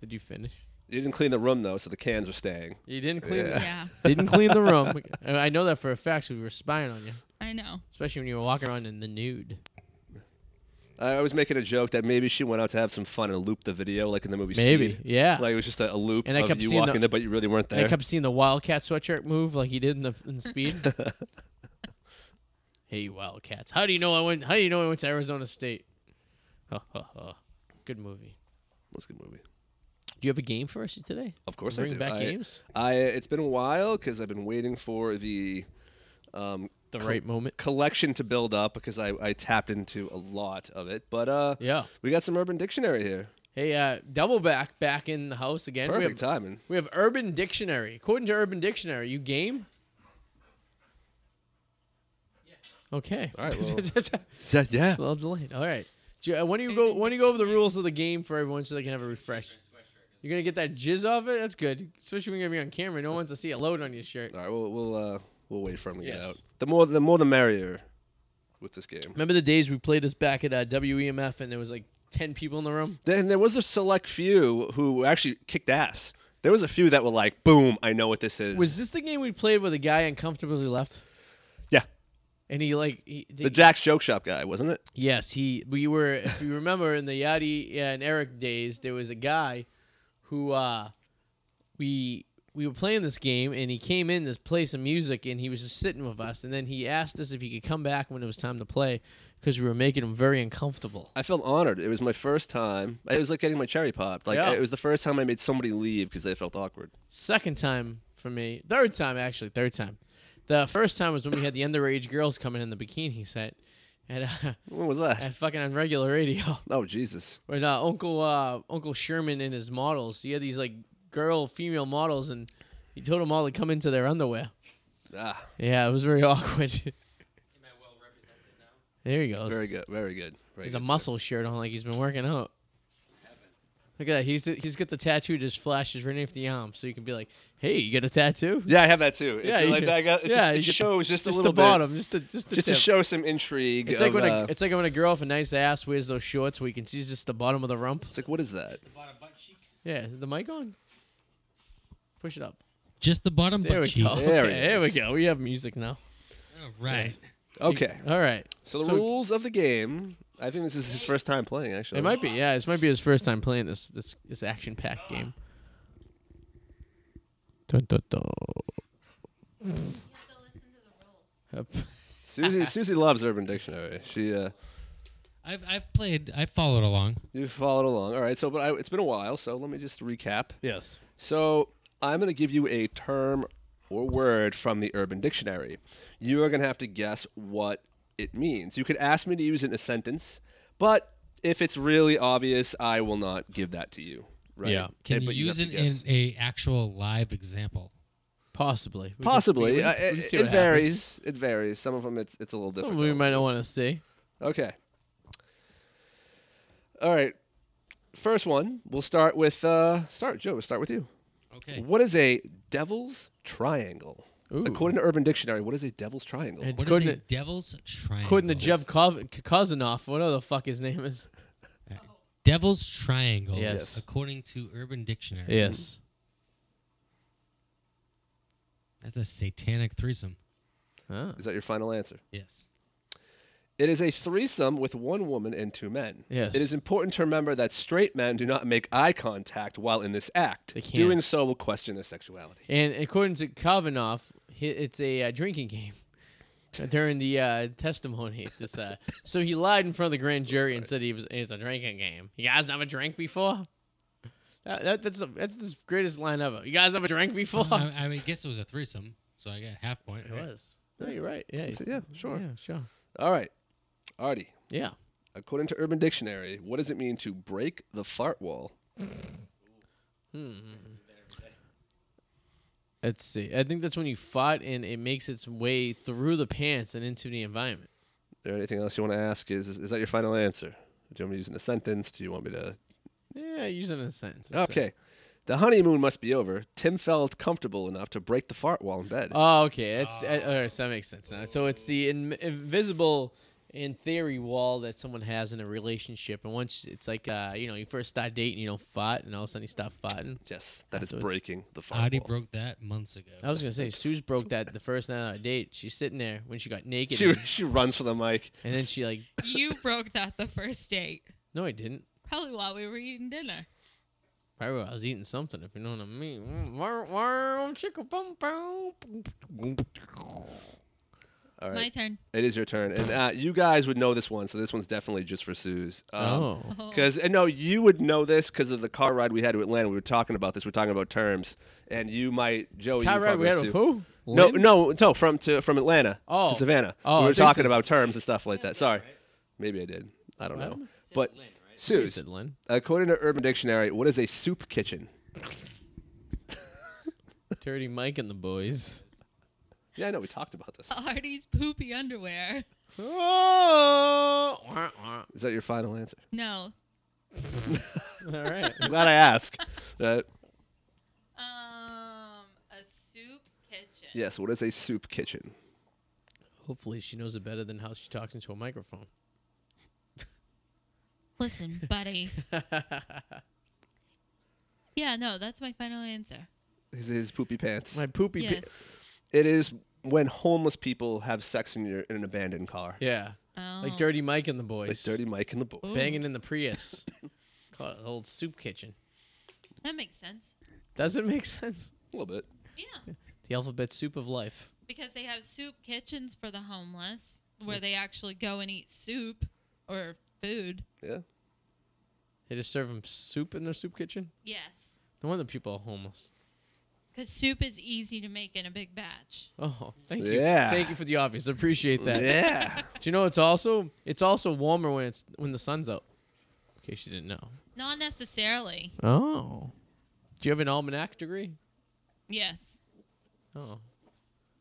Speaker 1: Did you finish?
Speaker 2: You didn't clean the room though, so the cans are staying.
Speaker 1: You didn't clean.
Speaker 2: Yeah.
Speaker 4: Yeah,
Speaker 1: The, didn't clean the room. And I know that for a fact. 'cause We were spying on you,
Speaker 4: I know.
Speaker 1: especially when you were walking around in the nude.
Speaker 2: I was making a joke that maybe she went out to have some fun and looped the video, like in the movie.
Speaker 1: Maybe.
Speaker 2: Speed.
Speaker 1: Yeah.
Speaker 2: Like it was just a, a loop
Speaker 1: And I
Speaker 2: of
Speaker 1: kept
Speaker 2: you
Speaker 1: seeing
Speaker 2: walking
Speaker 1: the-
Speaker 2: there, but you really weren't
Speaker 1: and
Speaker 2: there.
Speaker 1: I kept seeing the wildcat sweatshirt move like he did in the in speed. hey, wildcats! How do you know I went? How do you know I went to Arizona State? Ha, ha, ha. Good movie.
Speaker 2: That's a good movie.
Speaker 1: Do you have a game for us today?
Speaker 2: Of course, I
Speaker 1: Bring
Speaker 2: do.
Speaker 1: back
Speaker 2: I-
Speaker 1: games.
Speaker 2: I it's been a while because I've been waiting for the um,
Speaker 1: The right moment.
Speaker 2: collection to build up because I, I tapped into a lot of it. But uh,
Speaker 1: Yeah.
Speaker 2: we got some Urban Dictionary here.
Speaker 1: Hey, uh, double back back in the house again. We
Speaker 2: Perfect
Speaker 1: have-
Speaker 2: timing.
Speaker 1: We have Urban Dictionary. According to Urban Dictionary, you game? Okay.
Speaker 2: All right, well-
Speaker 1: It's a
Speaker 2: Yeah, yeah.
Speaker 1: little delayed. All right. Ju- uh, When do you go? When do you go over the rules of the game for everyone so they can have a refresh? You're gonna get that jizz off it. That's good, especially when you're gonna be on camera. No one wants to see a load on your shirt.
Speaker 2: All right, we'll we'll uh, we'll wait for him to get
Speaker 1: Yes.
Speaker 2: out. The more the more the merrier with this game.
Speaker 1: Remember the days we played this back at uh, WEMF and there was like ten people in the room.
Speaker 2: Then there was a select few who actually kicked ass. There was a few that were like, "Boom! I know what this is."
Speaker 1: Was this the game we played where the guy uncomfortably left?
Speaker 2: yeah,
Speaker 1: And he like he,
Speaker 2: the Jack's Joke Shop guy, wasn't it?
Speaker 1: Yes, he. We were, if you remember, in the Yadi and Eric days, there was a guy who uh, we we were playing this game, and he came in to play some music, and he was just sitting with us. And then he asked us if he could come back when it was time to play because we were making him very uncomfortable.
Speaker 2: I felt honored. It was my first time. It was like getting my cherry popped. Like
Speaker 1: Yeah.
Speaker 2: it was the first time I made somebody leave because they felt awkward.
Speaker 1: Second time for me, third time actually, third time. The first time was when we had the underage girls coming in the bikini set at uh,
Speaker 2: What was that?
Speaker 1: at fucking on regular radio.
Speaker 2: Oh Jesus!
Speaker 1: When uh, Uncle uh, Uncle Sherman and his models, he had these like girl female models, and he told them all to come into their underwear.
Speaker 2: Ah,
Speaker 1: Yeah, it was very awkward.
Speaker 3: Am I well represented now?
Speaker 1: there he goes.
Speaker 2: very good, very good. Very
Speaker 1: He's
Speaker 2: good,
Speaker 1: a
Speaker 2: sir.
Speaker 1: muscle shirt on, like he's been working out. Look at that. He's he's got the tattoo just flashes right underneath the arm, so you can be like, "Hey, you got a tattoo?"
Speaker 2: Yeah, I have that too. It's
Speaker 1: Yeah, you
Speaker 2: like
Speaker 1: could-
Speaker 2: that. I got, it
Speaker 1: yeah,
Speaker 2: just,
Speaker 1: you
Speaker 2: it
Speaker 1: could-
Speaker 2: shows just,
Speaker 1: just
Speaker 2: a little
Speaker 1: the
Speaker 2: bit,
Speaker 1: bottom, just the just the
Speaker 2: just
Speaker 1: tip.
Speaker 2: to show some intrigue.
Speaker 1: It's like
Speaker 2: of,
Speaker 1: when
Speaker 2: uh,
Speaker 1: a it's like when a girl with a nice ass wears those shorts where you can see just the bottom of the rump.
Speaker 2: it's like what is that?
Speaker 3: The bottom butt cheek.
Speaker 1: Yeah, is the mic on? Push it up.
Speaker 5: Just the bottom
Speaker 1: There
Speaker 5: butt
Speaker 1: we
Speaker 5: cheek.
Speaker 1: go.
Speaker 2: There
Speaker 1: Okay,
Speaker 2: it
Speaker 1: there we
Speaker 2: is.
Speaker 1: go. We have music now.
Speaker 5: All right.
Speaker 2: Okay,
Speaker 1: All right.
Speaker 2: so the rules of the game. I think this is his first time playing. Actually,
Speaker 1: It might be. Yeah, this might be his first time playing this this this action packed game. Dun, dun, dun.
Speaker 4: You have to listen to the rules.
Speaker 1: Up.
Speaker 2: Susie, Susie loves Urban Dictionary. She uh,
Speaker 5: I've, I've played, I followed along.
Speaker 2: you followed along. All right, so but I, it's been a while, so let me just recap.
Speaker 1: Yes.
Speaker 2: So I'm going to give you a term or word from the Urban Dictionary. You are going to have to guess what it means. You could ask me to use it in a sentence, but if it's really obvious, I will not give that to you. Right?
Speaker 1: Yeah.
Speaker 5: Can
Speaker 2: but
Speaker 5: you use
Speaker 2: have
Speaker 5: it
Speaker 2: to guess.
Speaker 5: in a actual live example?
Speaker 1: Possibly. We can-
Speaker 2: Possibly.
Speaker 1: we can-
Speaker 2: Uh,
Speaker 1: we can
Speaker 2: it
Speaker 1: see what
Speaker 2: it varies. It varies. Some of them, it's it's a little
Speaker 1: happens.
Speaker 2: different.
Speaker 1: Some we might not want to see.
Speaker 2: Okay. All right. First one. We'll start with uh, start Joe. We'll start with you.
Speaker 5: Okay.
Speaker 2: What is a devil's triangle?
Speaker 1: Ooh.
Speaker 2: According to Urban Dictionary, what is a devil's triangle?
Speaker 1: And
Speaker 5: What is
Speaker 1: couldn't
Speaker 5: a
Speaker 1: it-
Speaker 5: devil's triangle?
Speaker 1: According to Jeff Kov- K- Kozanoff, whatever the fuck his name is.
Speaker 5: Devil's triangle.
Speaker 1: Yes.
Speaker 5: According to Urban Dictionary.
Speaker 1: Yes.
Speaker 5: That's a satanic threesome.
Speaker 1: Ah.
Speaker 2: Is that your final answer?
Speaker 5: Yes.
Speaker 2: It is a threesome with one woman and two men.
Speaker 1: Yes.
Speaker 2: It is important to remember that straight men do not make eye contact while in this act.
Speaker 1: They can't.
Speaker 2: Doing so will question their sexuality.
Speaker 1: And according to Kavanoff, hi- it's a uh, drinking game during the uh, testimony. at This, uh, so he lied in front of the grand jury and said he was. It's a drinking game. You guys never drank before. That, that, that's that's the greatest line ever. You guys never drank before.
Speaker 5: I, I mean, guess it was a threesome, so I got half point.
Speaker 1: it
Speaker 5: right?
Speaker 1: was. No, you're right. Yeah,
Speaker 2: So, yeah, sure.
Speaker 1: Mm, Yeah, sure.
Speaker 2: All right. Artie,
Speaker 1: Yeah.
Speaker 2: according to Urban Dictionary, what does it mean to break the fart wall?
Speaker 1: Let's see. I think that's when you fought and it makes its way through the pants and into the environment.
Speaker 2: Is there anything else you want to ask? Is, is that your final answer? Do you want me to use it in a sentence? Do you want me to
Speaker 1: Yeah, using a sentence. That's it.
Speaker 2: Okay. The honeymoon must be over. Tim felt comfortable enough to break the fart while in bed.
Speaker 1: Oh, okay. That's
Speaker 2: Uh,
Speaker 1: that- all right, so that makes sense now. So it's the in, invisible, in theory, wall that someone has in a relationship, and once it's like uh, you know, you first start dating, you don't fight, and all of a sudden you stop fighting.
Speaker 2: yes, that is
Speaker 1: afterwards.
Speaker 2: breaking the fart
Speaker 5: Adi
Speaker 2: wall.
Speaker 5: broke that months ago.
Speaker 1: I was gonna say, Suze broke that the first night on a date. She's sitting there when she got naked,
Speaker 2: she,
Speaker 1: and,
Speaker 2: she runs for the mic.
Speaker 1: and then she like,
Speaker 4: You broke that the first date.
Speaker 1: no, I didn't.
Speaker 4: Probably while we were eating dinner.
Speaker 1: Probably I was eating something, if you know what I mean.
Speaker 2: Oh.
Speaker 1: Wow, wow, chicka bum bum.
Speaker 2: All right.
Speaker 4: My turn.
Speaker 2: It is your turn. And uh, you guys would know this one, so this one's definitely just for Suze. Um,
Speaker 1: Oh,
Speaker 4: Oh.
Speaker 2: Because, and no, you would know this because of the car ride we had to Atlanta. We were talking about this. We are talking about terms. And you might, Joey. you
Speaker 1: Conrad,
Speaker 2: probably
Speaker 1: we had a
Speaker 2: Sue-
Speaker 1: who?
Speaker 2: No,
Speaker 1: Lynn?
Speaker 2: no, no, from to from Atlanta
Speaker 1: Oh.
Speaker 2: to Savannah.
Speaker 1: Oh,
Speaker 2: we
Speaker 1: I
Speaker 2: were
Speaker 1: think
Speaker 2: talking
Speaker 1: so.
Speaker 2: about terms and stuff like that. Sorry. Maybe I did. I don't know. But,
Speaker 3: Lynn, right?
Speaker 1: You
Speaker 2: Suze,
Speaker 1: said Lynn.
Speaker 2: according to Urban Dictionary, what is a soup kitchen?
Speaker 1: Dirty Mike and the boys.
Speaker 2: Yeah, I know. We talked about this.
Speaker 4: Artie's poopy underwear.
Speaker 1: Oh, wah, wah.
Speaker 2: Is that your final answer?
Speaker 4: No.
Speaker 1: All right.
Speaker 2: I'm glad I asked. Uh,
Speaker 4: Um, a soup kitchen.
Speaker 2: yes, what is a soup kitchen?
Speaker 1: Hopefully, she knows it better than how she talks into a microphone.
Speaker 4: Listen, buddy. yeah, no, that's my final answer.
Speaker 2: Is his poopy pants?
Speaker 1: My poopy. pi-
Speaker 4: Yes.
Speaker 2: It is when homeless people have sex in, your, in an abandoned car.
Speaker 1: yeah.
Speaker 4: Oh.
Speaker 1: Like Dirty Mike and the
Speaker 2: Like
Speaker 1: boys.
Speaker 2: Dirty Mike and the Boy.
Speaker 4: Ooh,
Speaker 1: Banging in the Prius. Call it old soup kitchen.
Speaker 4: That makes sense.
Speaker 1: Does it make sense?
Speaker 2: A little bit.
Speaker 4: Yeah,
Speaker 1: The alphabet soup of life.
Speaker 4: because they have soup kitchens for the homeless where they actually go and eat soup or food.
Speaker 2: Yeah.
Speaker 1: They just serve them soup in their soup kitchen.
Speaker 4: Yes,
Speaker 1: No wonder people are homeless.
Speaker 4: because soup is easy to make in a big batch.
Speaker 1: Oh, thank you.
Speaker 2: Yeah.
Speaker 1: Thank you for the obvious. I appreciate that.
Speaker 2: Yeah.
Speaker 1: Do you know it's also it's also warmer when it's when the sun's out. In case you didn't know.
Speaker 4: Not necessarily.
Speaker 1: Oh. Do you have an almanac degree?
Speaker 4: Yes,
Speaker 1: Oh.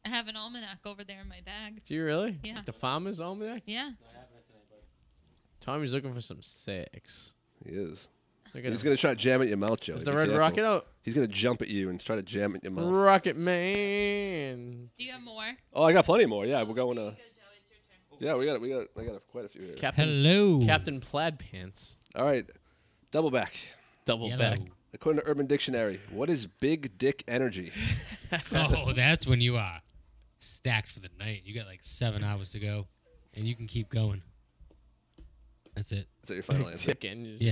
Speaker 4: I have an almanac over there in my bag.
Speaker 1: Do you really?
Speaker 4: Yeah.
Speaker 1: The farmer's almanac?
Speaker 4: Yeah,
Speaker 3: Not happening tonight, but
Speaker 1: Tommy's looking for some sex.
Speaker 2: he is.
Speaker 1: Look at
Speaker 2: He's
Speaker 1: him.
Speaker 2: gonna try to jam at your mouth, Joe.
Speaker 1: Is the red rocket out?
Speaker 2: He's gonna jump at you and try to jam at your mouth.
Speaker 1: Rocket man.
Speaker 4: do you have more?
Speaker 2: Oh, I got plenty more. Yeah, we're going
Speaker 4: Here you
Speaker 2: to.
Speaker 4: go, Joe, it's your turn.
Speaker 2: Yeah, we got we got I got quite a few here.
Speaker 1: Captain
Speaker 5: Hello.
Speaker 1: Captain Plaid Pants.
Speaker 2: All right, double back.
Speaker 1: Double
Speaker 5: Yellow.
Speaker 1: back.
Speaker 2: According to Urban Dictionary, what is big dick energy?
Speaker 5: oh, that's when you are stacked for the night. You got like seven hours to go, and you can keep going. That's it.
Speaker 2: Is that your final answer?
Speaker 1: Chicken.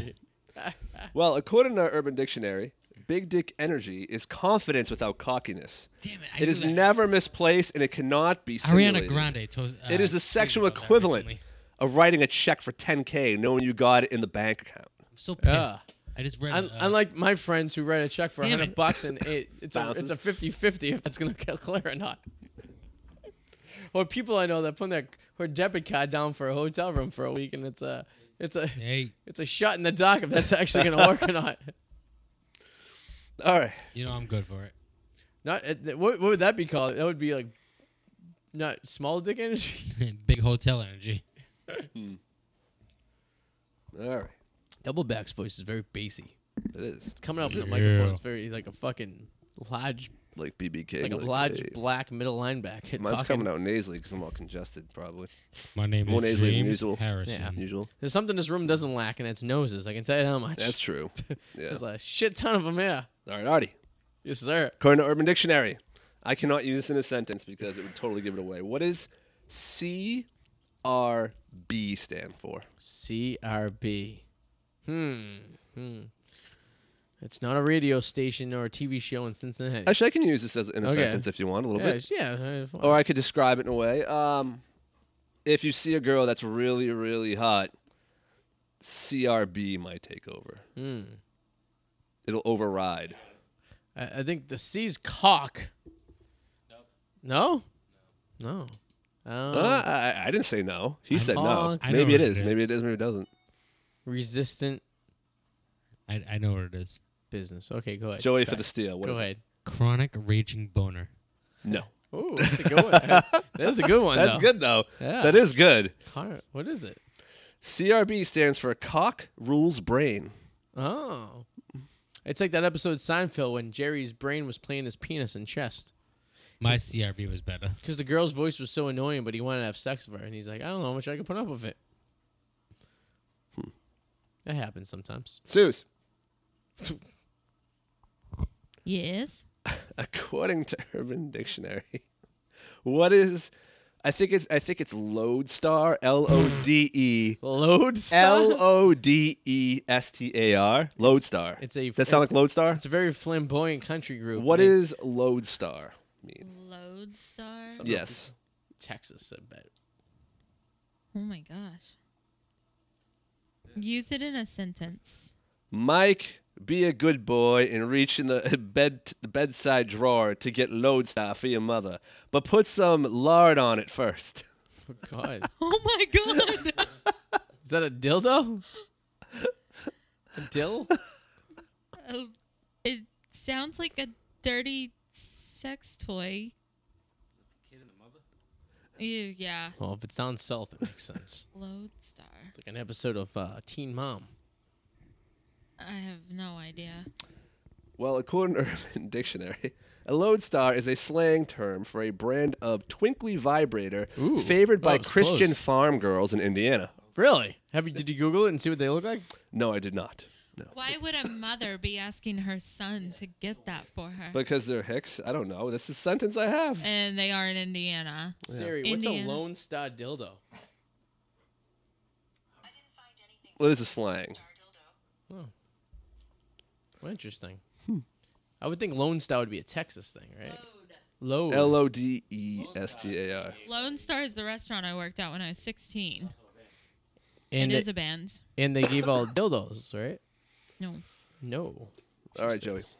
Speaker 5: Yeah.
Speaker 2: Well, according to Urban Dictionary, big dick energy is confidence without cockiness.
Speaker 5: Damn it! I
Speaker 2: It
Speaker 5: knew
Speaker 2: is
Speaker 5: that.
Speaker 2: never misplaced and it cannot be
Speaker 5: Ariana
Speaker 2: simulated.
Speaker 5: Grande. Tos- uh,
Speaker 2: It is the
Speaker 5: tweeted
Speaker 2: sexual
Speaker 5: about that
Speaker 2: equivalent
Speaker 5: recently.
Speaker 2: of writing a check for 10k knowing you got it in the bank account.
Speaker 5: I'm so pissed.
Speaker 1: Yeah.
Speaker 5: I just read.
Speaker 1: Un-
Speaker 5: uh,
Speaker 1: unlike my friends who write a check for
Speaker 5: Damn
Speaker 1: 100
Speaker 5: it.
Speaker 1: bucks and it, it's, a, it's
Speaker 2: Bounces.
Speaker 1: a 50 50 if that's going to clear or not. Or people I know that put their her debit card down for a hotel room for a week and it's a it's a
Speaker 5: hey,
Speaker 1: it's a shot in the dark if that's actually going to work or not.
Speaker 2: All right.
Speaker 5: you know I'm good for it.
Speaker 1: Not uh, th- what, what would that be called? That would be like not small dick energy.
Speaker 5: Big hotel energy.
Speaker 2: All right.
Speaker 1: Double back's voice is very bassy.
Speaker 2: It is.
Speaker 1: It's coming up in the
Speaker 5: Yeah.
Speaker 1: microphone. It's very like a fucking large
Speaker 2: Like BBK.
Speaker 1: like a large black middle linebacker.
Speaker 2: Mine's
Speaker 1: talking.
Speaker 2: coming out nasally because I'm all congested, probably.
Speaker 5: My name
Speaker 2: More
Speaker 5: is
Speaker 2: nasally than
Speaker 5: James
Speaker 2: usual.
Speaker 5: Harrison.
Speaker 1: Yeah.
Speaker 2: Usual.
Speaker 1: There's something this room doesn't lack, and it's noses. I can tell you how much.
Speaker 2: That's true. Yeah.
Speaker 1: There's a shit ton of them here.
Speaker 2: All right, Artie.
Speaker 1: Yes, sir.
Speaker 2: According to Urban Dictionary, I cannot use this in a sentence because it would totally give it away. What does CRB stand for?
Speaker 1: CRB. Hmm. Hmm. It's not a radio station or a TV show in Cincinnati.
Speaker 2: Actually, I can use this as in a
Speaker 1: Okay.
Speaker 2: sentence if you want a little
Speaker 1: yeah, it's-
Speaker 2: bit.
Speaker 1: yeah. it's fine.
Speaker 2: or I could describe it in a way. Um, if you see a girl that's really, really hot, CRB might take over. It'll override.
Speaker 1: I, I think the C's cock. No. No. No. Um,
Speaker 2: Uh, I, I- I didn't say no. He said no.
Speaker 1: honk.
Speaker 5: I know
Speaker 2: Maybe it
Speaker 5: what it
Speaker 2: is.
Speaker 5: is.
Speaker 2: Maybe it is. Maybe it doesn't.
Speaker 1: resistant
Speaker 5: I, I know what it is.
Speaker 1: business. Okay, go ahead.
Speaker 2: Joey for the steal. What
Speaker 1: Go
Speaker 2: is it?
Speaker 1: ahead.
Speaker 5: Chronic raging boner.
Speaker 2: No.
Speaker 1: Oh, that's a good one. that's a good one.
Speaker 2: That's
Speaker 1: though.
Speaker 2: good though.
Speaker 1: Yeah.
Speaker 2: That is good.
Speaker 1: Connor, what is it?
Speaker 2: CRB stands for cock rules brain.
Speaker 1: Oh. It's like that episode of Seinfeld when Jerry's brain was playing his penis and chest.
Speaker 5: My CRB was better.
Speaker 1: Because the girl's voice was so annoying, but he wanted to have sex with her. And he's like, I don't know how much I can put up with it.
Speaker 2: Hmm.
Speaker 1: That happens sometimes.
Speaker 2: Seuss.
Speaker 4: Yes.
Speaker 2: according to Urban Dictionary, what is? I think it's I think it's lodestar. L O D E
Speaker 1: Lodestar?
Speaker 2: L O D E S T A R. Lodestar.
Speaker 1: It's a-
Speaker 2: Does that sound like lodestar?
Speaker 1: It's a very flamboyant country group.
Speaker 2: What
Speaker 1: They-
Speaker 2: is lodestar mean?
Speaker 4: Lodestar.
Speaker 1: Some-
Speaker 2: Yes.
Speaker 1: Texas, I bet.
Speaker 4: Oh my gosh. Use it in a sentence.
Speaker 2: Mike, be a good boy and reach in the bed the bedside drawer to get lodestar for your mother, but put some lard on it first.
Speaker 1: Oh, God.
Speaker 4: Oh my god.
Speaker 1: is that a dildo? A dill?
Speaker 4: Oh, it sounds like a dirty sex toy.
Speaker 3: kid and the mother.
Speaker 4: Ew, yeah.
Speaker 1: Well, if it sounds south, it makes sense.
Speaker 4: Lodestar.
Speaker 1: It's like an episode of uh, Teen Mom.
Speaker 4: I have no idea.
Speaker 2: Well, according to Urban Dictionary, a lodestar is a slang term for a brand of twinkly vibrator
Speaker 1: Ooh.
Speaker 2: favored
Speaker 1: Oh,
Speaker 2: by
Speaker 1: it's
Speaker 2: Christian
Speaker 1: close.
Speaker 2: farm girls in Indiana.
Speaker 1: Really? Have you? Did you Google it and see what they look like?
Speaker 2: No, I did not. No.
Speaker 4: Why would a mother be asking her son to get that for her?
Speaker 2: Because they're hicks? I don't know. This is a sentence I have.
Speaker 4: and they are in Indiana.
Speaker 1: Siri, what's
Speaker 4: Indiana.
Speaker 1: a Lone Star dildo?
Speaker 2: What is a slang? Hmm.
Speaker 1: Well, interesting. I would think Lone Star would be a Texas thing, right? Load.
Speaker 4: Load.
Speaker 2: L O D E S T A R.
Speaker 4: Lone Star is the restaurant I worked at when I was 16.
Speaker 1: and
Speaker 4: it
Speaker 1: they,
Speaker 4: is a band.
Speaker 1: and they gave all dildos, right?
Speaker 4: No.
Speaker 1: No.
Speaker 2: All right, Joey.
Speaker 3: Oh, it's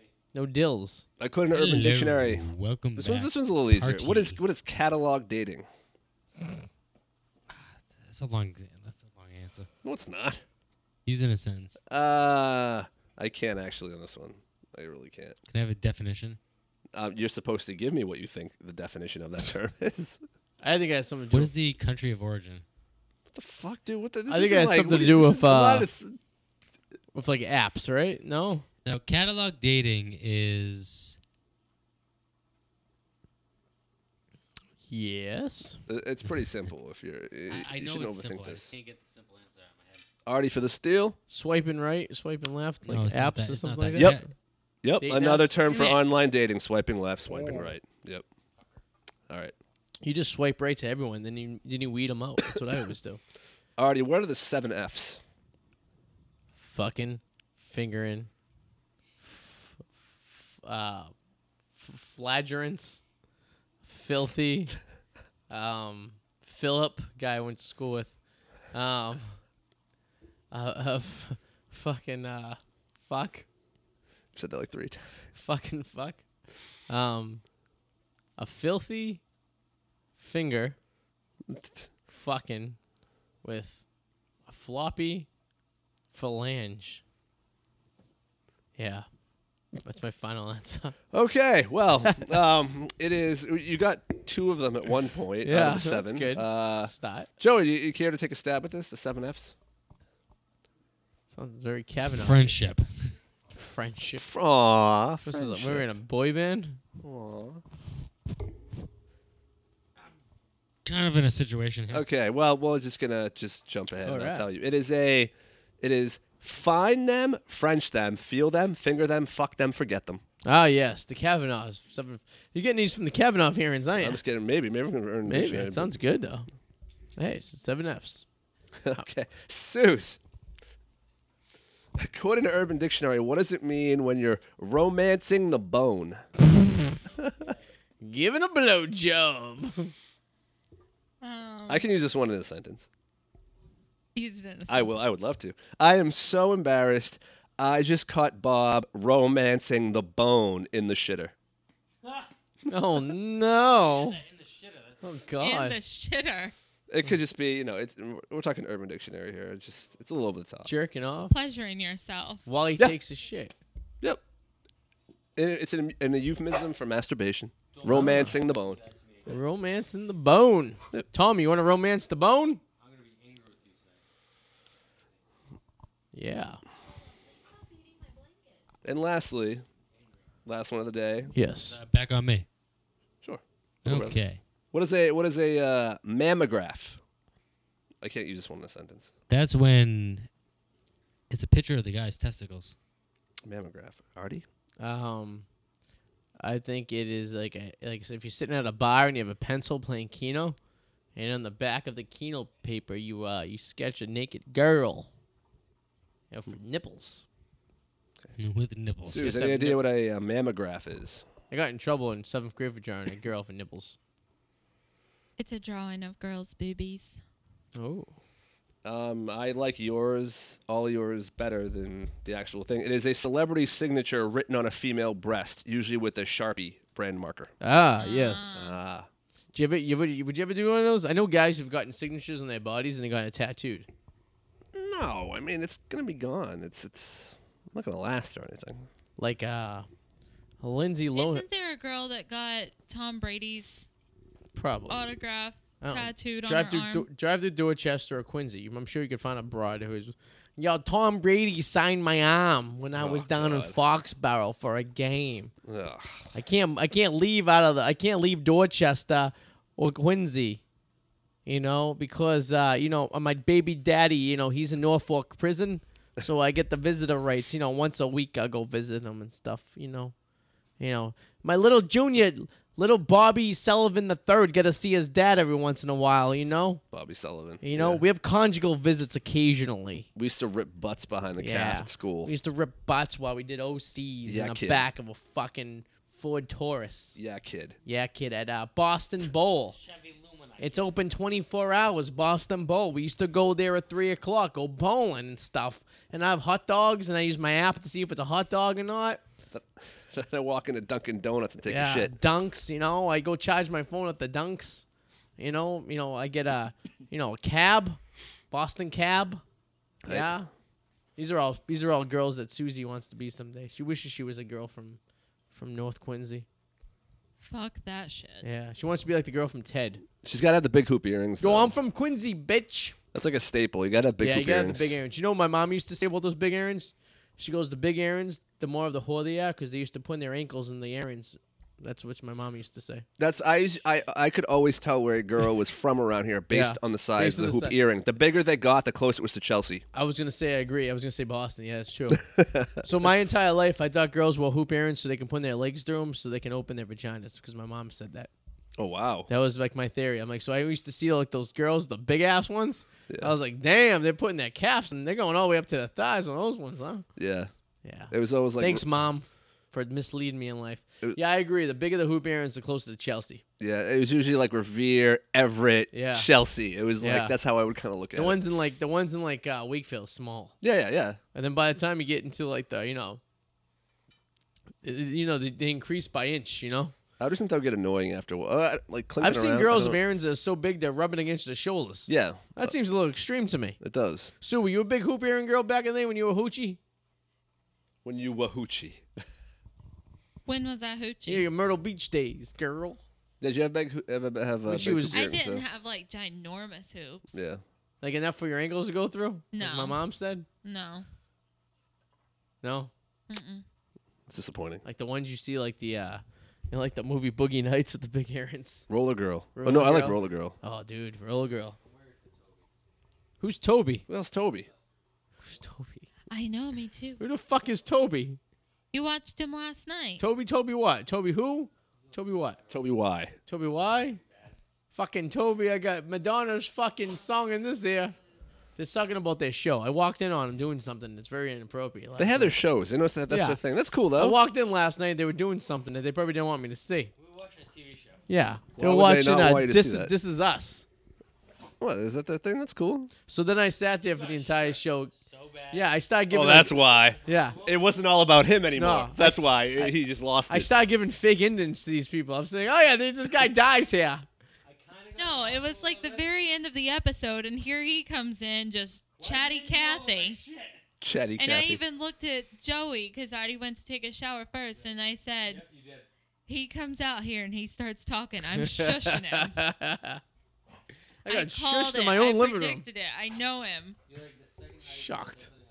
Speaker 3: me.
Speaker 1: No dills.
Speaker 2: According to Urban
Speaker 5: Hello.
Speaker 2: Dictionary,
Speaker 5: Welcome
Speaker 2: this
Speaker 5: back.
Speaker 2: one's this one's a little easier. What is
Speaker 5: Party.
Speaker 2: what is catalog dating?
Speaker 5: That's a long. That's a long answer.
Speaker 2: No, it's not.
Speaker 5: Using a sentence.
Speaker 2: Uh, I can't actually on this one. I really can't.
Speaker 5: Can I have a definition?
Speaker 2: Um, you're supposed to give me what you think the definition of that term is.
Speaker 1: I think I have something to do
Speaker 5: What
Speaker 1: with
Speaker 5: is the country of origin?
Speaker 2: What the fuck, dude? What the, this
Speaker 1: I think it
Speaker 2: isn't
Speaker 1: has
Speaker 2: like-
Speaker 1: something to
Speaker 2: what-
Speaker 1: do
Speaker 2: this
Speaker 1: with,
Speaker 2: is not-
Speaker 1: uh,
Speaker 2: it's-
Speaker 1: with like apps, right? No.
Speaker 5: Now, catalog dating is
Speaker 1: Yes.
Speaker 2: uh, It's pretty simple. If you're,
Speaker 5: I, I
Speaker 2: you
Speaker 5: know
Speaker 2: shouldn't
Speaker 5: it's
Speaker 2: overthink
Speaker 5: simple. I
Speaker 2: this.
Speaker 5: just can't get the
Speaker 3: Simple answer out of my head.
Speaker 2: Artie for the steal.
Speaker 1: Swiping right, swiping left, like
Speaker 5: no, it's not
Speaker 1: apps
Speaker 5: that.
Speaker 1: or
Speaker 5: It's not
Speaker 1: something like
Speaker 5: that.
Speaker 1: that.
Speaker 2: Yep. Yep.
Speaker 1: Date
Speaker 2: Another
Speaker 1: apps.
Speaker 2: term for
Speaker 5: Damn it.
Speaker 2: online dating: swiping left, swiping right. Yep. All right,
Speaker 1: You just swipe right to everyone, then you then you weed them out. That's what I always do.
Speaker 2: Artie. What are the seven Fs?
Speaker 1: Fucking, fingering, f- f- uh, f- flagrants, filthy, um, Philip guy I went to school with, um, uh, uh, f- fucking uh, fuck.
Speaker 2: Said that like three times.
Speaker 1: fucking fuck. Um, a filthy finger, fucking, with a floppy phalange. Yeah, that's my final answer.
Speaker 2: Okay. Well, um, it is. You got two of them at one point. out of the seven.
Speaker 1: that's good.
Speaker 2: Uh,
Speaker 1: Stat
Speaker 2: Joey, do you, you care to take a stab at this? The seven Fs.
Speaker 1: sounds very Kavanaugh.
Speaker 5: friendship.
Speaker 1: Friendship.
Speaker 2: Aww,
Speaker 1: This is like, we we're in a boy band.
Speaker 5: kind of in a situation here.
Speaker 2: Okay, well, we're just gonna just jump ahead and
Speaker 1: Alright.
Speaker 2: I'll tell you. It is a, it is find them, French them, feel them, finger them, fuck them, forget them.
Speaker 1: Ah, yes, the Kavanaughs. Some- You're getting these from the Kavanaugh hearings, aren't
Speaker 2: I'm
Speaker 1: you?
Speaker 2: just kidding. Maybe, maybe we're gonna earn.
Speaker 1: Maybe
Speaker 2: dictionary,
Speaker 1: it sounds good though. Hey, it's seven Fs.
Speaker 2: but- okay. Seuss. According to Urban Dictionary, what does it mean when you're romancing the bone?
Speaker 1: Giving a blowjob.
Speaker 4: Um,
Speaker 2: I can use this one in a sentence.
Speaker 4: used it.
Speaker 2: I will. I would love to. I am so embarrassed. I just caught Bob romancing the bone in the shitter.
Speaker 1: Oh no!
Speaker 3: In the shitter. That's
Speaker 1: Oh
Speaker 4: And
Speaker 1: god!
Speaker 4: the shitter.
Speaker 2: It could just be, you know, it's we're talking Urban Dictionary here. It's just it's a little bit top.
Speaker 1: Jerking off
Speaker 4: Pleasuring yourself.
Speaker 1: while he
Speaker 2: Yeah.
Speaker 1: takes a shit.
Speaker 2: Yep. And it- it's an, an euphemism for masturbation, romancing the bone.
Speaker 1: Romance in the bone. Tommy, you want to romance the bone?
Speaker 3: I'm gonna be angry with you tonight.
Speaker 1: Yeah.
Speaker 4: Stop eating my blanket.
Speaker 2: And lastly, last one of the day.
Speaker 1: Yes.
Speaker 5: Uh, back on me.
Speaker 2: Sure. Whatever.
Speaker 5: Okay.
Speaker 2: What is a what is a uh, mammograph? I can't use this one in a sentence.
Speaker 5: That's when it's a picture of the guy's testicles.
Speaker 2: Mammograph. Artie.
Speaker 1: Um, I think it is like a, like so if you're sitting at a bar and you have a pencil playing Keno, and on the back of the Keno paper you uh you sketch a naked girl. You know, for nipples.
Speaker 5: With nipples.
Speaker 2: Sue, is
Speaker 1: Yes,
Speaker 2: any
Speaker 1: I-
Speaker 2: idea what a uh, mammograph is?
Speaker 1: I got in trouble in seventh grade for drawing a girl for nipples.
Speaker 4: It's a drawing of girls' boobies.
Speaker 1: Oh.
Speaker 2: Um, I like yours, all yours, better than the actual thing. It is a celebrity signature written on a female breast, usually with a Sharpie brand marker.
Speaker 1: Ah, yes.
Speaker 2: Ah.
Speaker 1: Do you ever, you ever, would you ever do one of those? I know guys have gotten signatures on their bodies and they got it tattooed.
Speaker 2: No, I mean it's gonna be gone. It's it's not gonna last or anything.
Speaker 1: Like uh, Lindsay Lohan,
Speaker 4: Isn't there a girl that got Tom Brady's
Speaker 1: probably.
Speaker 4: autograph
Speaker 1: I don't know.
Speaker 4: tattooed Oh, on her
Speaker 1: drive through,
Speaker 4: arm?
Speaker 1: Do- drive through Dorchester or Quincy. I'm sure you could find a broad who's, yo, Tom Brady signed my arm when I
Speaker 2: Oh,
Speaker 1: was down in
Speaker 2: God.
Speaker 1: Foxborough for a game.
Speaker 2: Ugh.
Speaker 1: I can't, I can't leave out of the, I can't leave Dorchester or Quincy. You know, because uh, you know my baby daddy, you know he's in Norfolk prison, so I get the visitor rights. You know, once a week I go visit him and stuff. You know, you know my little junior Little Bobby Sullivan the third got to see his dad every once in a while. You know,
Speaker 2: Bobby Sullivan.
Speaker 1: you know.
Speaker 2: Yeah.
Speaker 1: We have conjugal visits occasionally.
Speaker 2: we used to rip butts behind the calf at school.
Speaker 1: We used to rip butts while we did OCs
Speaker 2: Yeah,
Speaker 1: in the
Speaker 2: kid.
Speaker 1: back of a fucking Ford Taurus.
Speaker 2: yeah, kid.
Speaker 1: Yeah, kid, at uh, Boston Bowl.
Speaker 3: Chevy Lumina.
Speaker 1: It's open 24 hours, Boston Bowl. We used to go there at 3 o'clock, go bowling and stuff. And I have hot dogs, and I use my app to see if it's a hot dog or not.
Speaker 2: then I walk into Dunkin' Donuts and take
Speaker 1: yeah,
Speaker 2: a shit.
Speaker 1: dunks, you know. I go charge my phone at the dunks. You know, you know, I get a, you know, a cab, Boston cab.
Speaker 2: Right.
Speaker 1: Yeah. These are all these are all girls that Susie wants to be someday. She wishes she was a girl from from North Quincy.
Speaker 4: Fuck that shit.
Speaker 1: Yeah, she wants to be like the girl from Ted.
Speaker 2: She's got to have the big hoop earrings.
Speaker 1: Yo,
Speaker 2: though.
Speaker 1: I'm from Quincy, bitch.
Speaker 2: That's like a staple. You got to have big
Speaker 1: yeah,
Speaker 2: hoop
Speaker 1: you gotta have
Speaker 2: earrings.
Speaker 1: the big errands. You know what my mom used to say about those big errands? She goes, the big errands, the more of the whore they are, because they used to put their ankles in the errands. That's what my mom used to say.
Speaker 2: That's I, us- I I could always tell where a girl was from around here based
Speaker 1: Yeah.
Speaker 2: on the
Speaker 1: Based
Speaker 2: size of
Speaker 1: on
Speaker 2: the
Speaker 1: the
Speaker 2: hoop
Speaker 1: size.
Speaker 2: earring. The bigger they got, the closer it was to Chelsea.
Speaker 1: I was gonna say I agree. I was gonna say Boston. Yeah, that's true. so my entire life, I thought girls wore hoop earrings so they can put their legs through them, so they can open their vaginas. Because my mom said that.
Speaker 2: Oh wow.
Speaker 1: That was like my theory. I'm like, so I used to see like those girls, the big ass ones. I was like, damn, they're putting their calves and they're going all the way up to their thighs on those ones, huh?
Speaker 2: Yeah.
Speaker 1: Yeah.
Speaker 2: It was always like uh,
Speaker 1: Thanks, mom, for misleading me in life.
Speaker 2: was-
Speaker 1: yeah, I agree. The bigger the hoop earrings, the closer to Chelsea.
Speaker 2: yeah, it was usually like Revere, Everett,
Speaker 1: Yeah.
Speaker 2: Chelsea. It was
Speaker 1: Yeah.
Speaker 2: like that's how I would kind of look at
Speaker 1: The
Speaker 2: it.
Speaker 1: ones in like the ones in like uh, Wakefield, small.
Speaker 2: yeah, yeah, yeah.
Speaker 1: And then by the time you get into like the you know, i- you know they, they increase by inch. You know,
Speaker 2: I just think that would get annoying after a while. Uh, like clipping
Speaker 1: I've seen
Speaker 2: around, I
Speaker 1: girls of
Speaker 2: don't-
Speaker 1: earrings that are so big they're rubbing against their shoulders.
Speaker 2: Yeah,
Speaker 1: that seems a little extreme to me.
Speaker 2: it does.
Speaker 1: Sue, were you a big hoop earring girl back in the day when you were hoochie?
Speaker 2: When you wahoochie.
Speaker 4: When was that hoochie?
Speaker 1: Yeah, your Myrtle Beach days, girl.
Speaker 2: Did you have big hoo- ever have uh,
Speaker 1: When she
Speaker 2: big
Speaker 1: was-
Speaker 2: hoop
Speaker 4: I
Speaker 2: earrings,
Speaker 4: didn't
Speaker 2: though?
Speaker 4: have like ginormous hoops.
Speaker 2: Yeah.
Speaker 1: Like enough for your ankles to go through? Like
Speaker 4: No.
Speaker 1: my mom said.
Speaker 4: No.
Speaker 1: No,
Speaker 4: Mm-mm.
Speaker 2: It's disappointing.
Speaker 1: like the ones you see, like the uh, you know, like the movie Boogie Nights with the big earrings.
Speaker 2: Roller girl.
Speaker 1: Roller
Speaker 2: oh no, I like
Speaker 1: Girl.
Speaker 2: roller girl.
Speaker 1: Oh, dude, roller girl. Who's Toby?
Speaker 2: Who else? Toby.
Speaker 1: Who's Toby?
Speaker 4: I know, me too.
Speaker 1: Who the fuck is Toby?
Speaker 4: You watched him last night.
Speaker 1: Toby, Toby, what? Toby who? Toby what?
Speaker 2: Toby Y.
Speaker 1: Toby why? Fucking Toby, I got Madonna's fucking song in this ear. They're talking about their show. I walked in on them doing something that's very inappropriate.
Speaker 2: They
Speaker 1: last
Speaker 2: have their
Speaker 1: night.
Speaker 2: shows. You know that that's
Speaker 1: Yeah.
Speaker 2: their thing. That's cool
Speaker 1: I
Speaker 2: though.
Speaker 1: walked in last night. They were doing something that they probably didn't want me to see.
Speaker 3: We were watching a TV show.
Speaker 1: Yeah, they
Speaker 2: Why
Speaker 1: were
Speaker 2: would they
Speaker 1: watching
Speaker 2: not
Speaker 1: uh,
Speaker 2: want you to see
Speaker 1: this,
Speaker 2: that?
Speaker 1: is, this is us.
Speaker 2: What is that their thing? That's cool.
Speaker 1: So then I sat there for the entire show.
Speaker 3: So bad.
Speaker 1: Yeah, I started
Speaker 2: Oh,
Speaker 1: giving. like-
Speaker 2: why.
Speaker 1: yeah.
Speaker 2: It wasn't all about him
Speaker 1: anymore. I That's s- why. I-
Speaker 2: he just lost
Speaker 1: I started giving fake endings to these people. I'm saying, oh yeah, this this guy dies here.
Speaker 3: I kinda got
Speaker 4: No, it was like the very end of the episode, and here he comes in, just chatty Cathy.
Speaker 2: Chatty
Speaker 4: And I
Speaker 2: Cathy.
Speaker 4: even looked at Joey because Artie went to take a shower first, and I said,
Speaker 3: Yep, you did.
Speaker 4: He comes out here and he starts talking. I'm shushing him.
Speaker 1: I
Speaker 4: I,
Speaker 1: got
Speaker 4: called
Speaker 1: shushed
Speaker 4: it.
Speaker 1: in my own
Speaker 4: I
Speaker 1: living room.
Speaker 4: predicted it. I know him.
Speaker 3: You're like the second guy who says
Speaker 1: Shocked.
Speaker 3: something,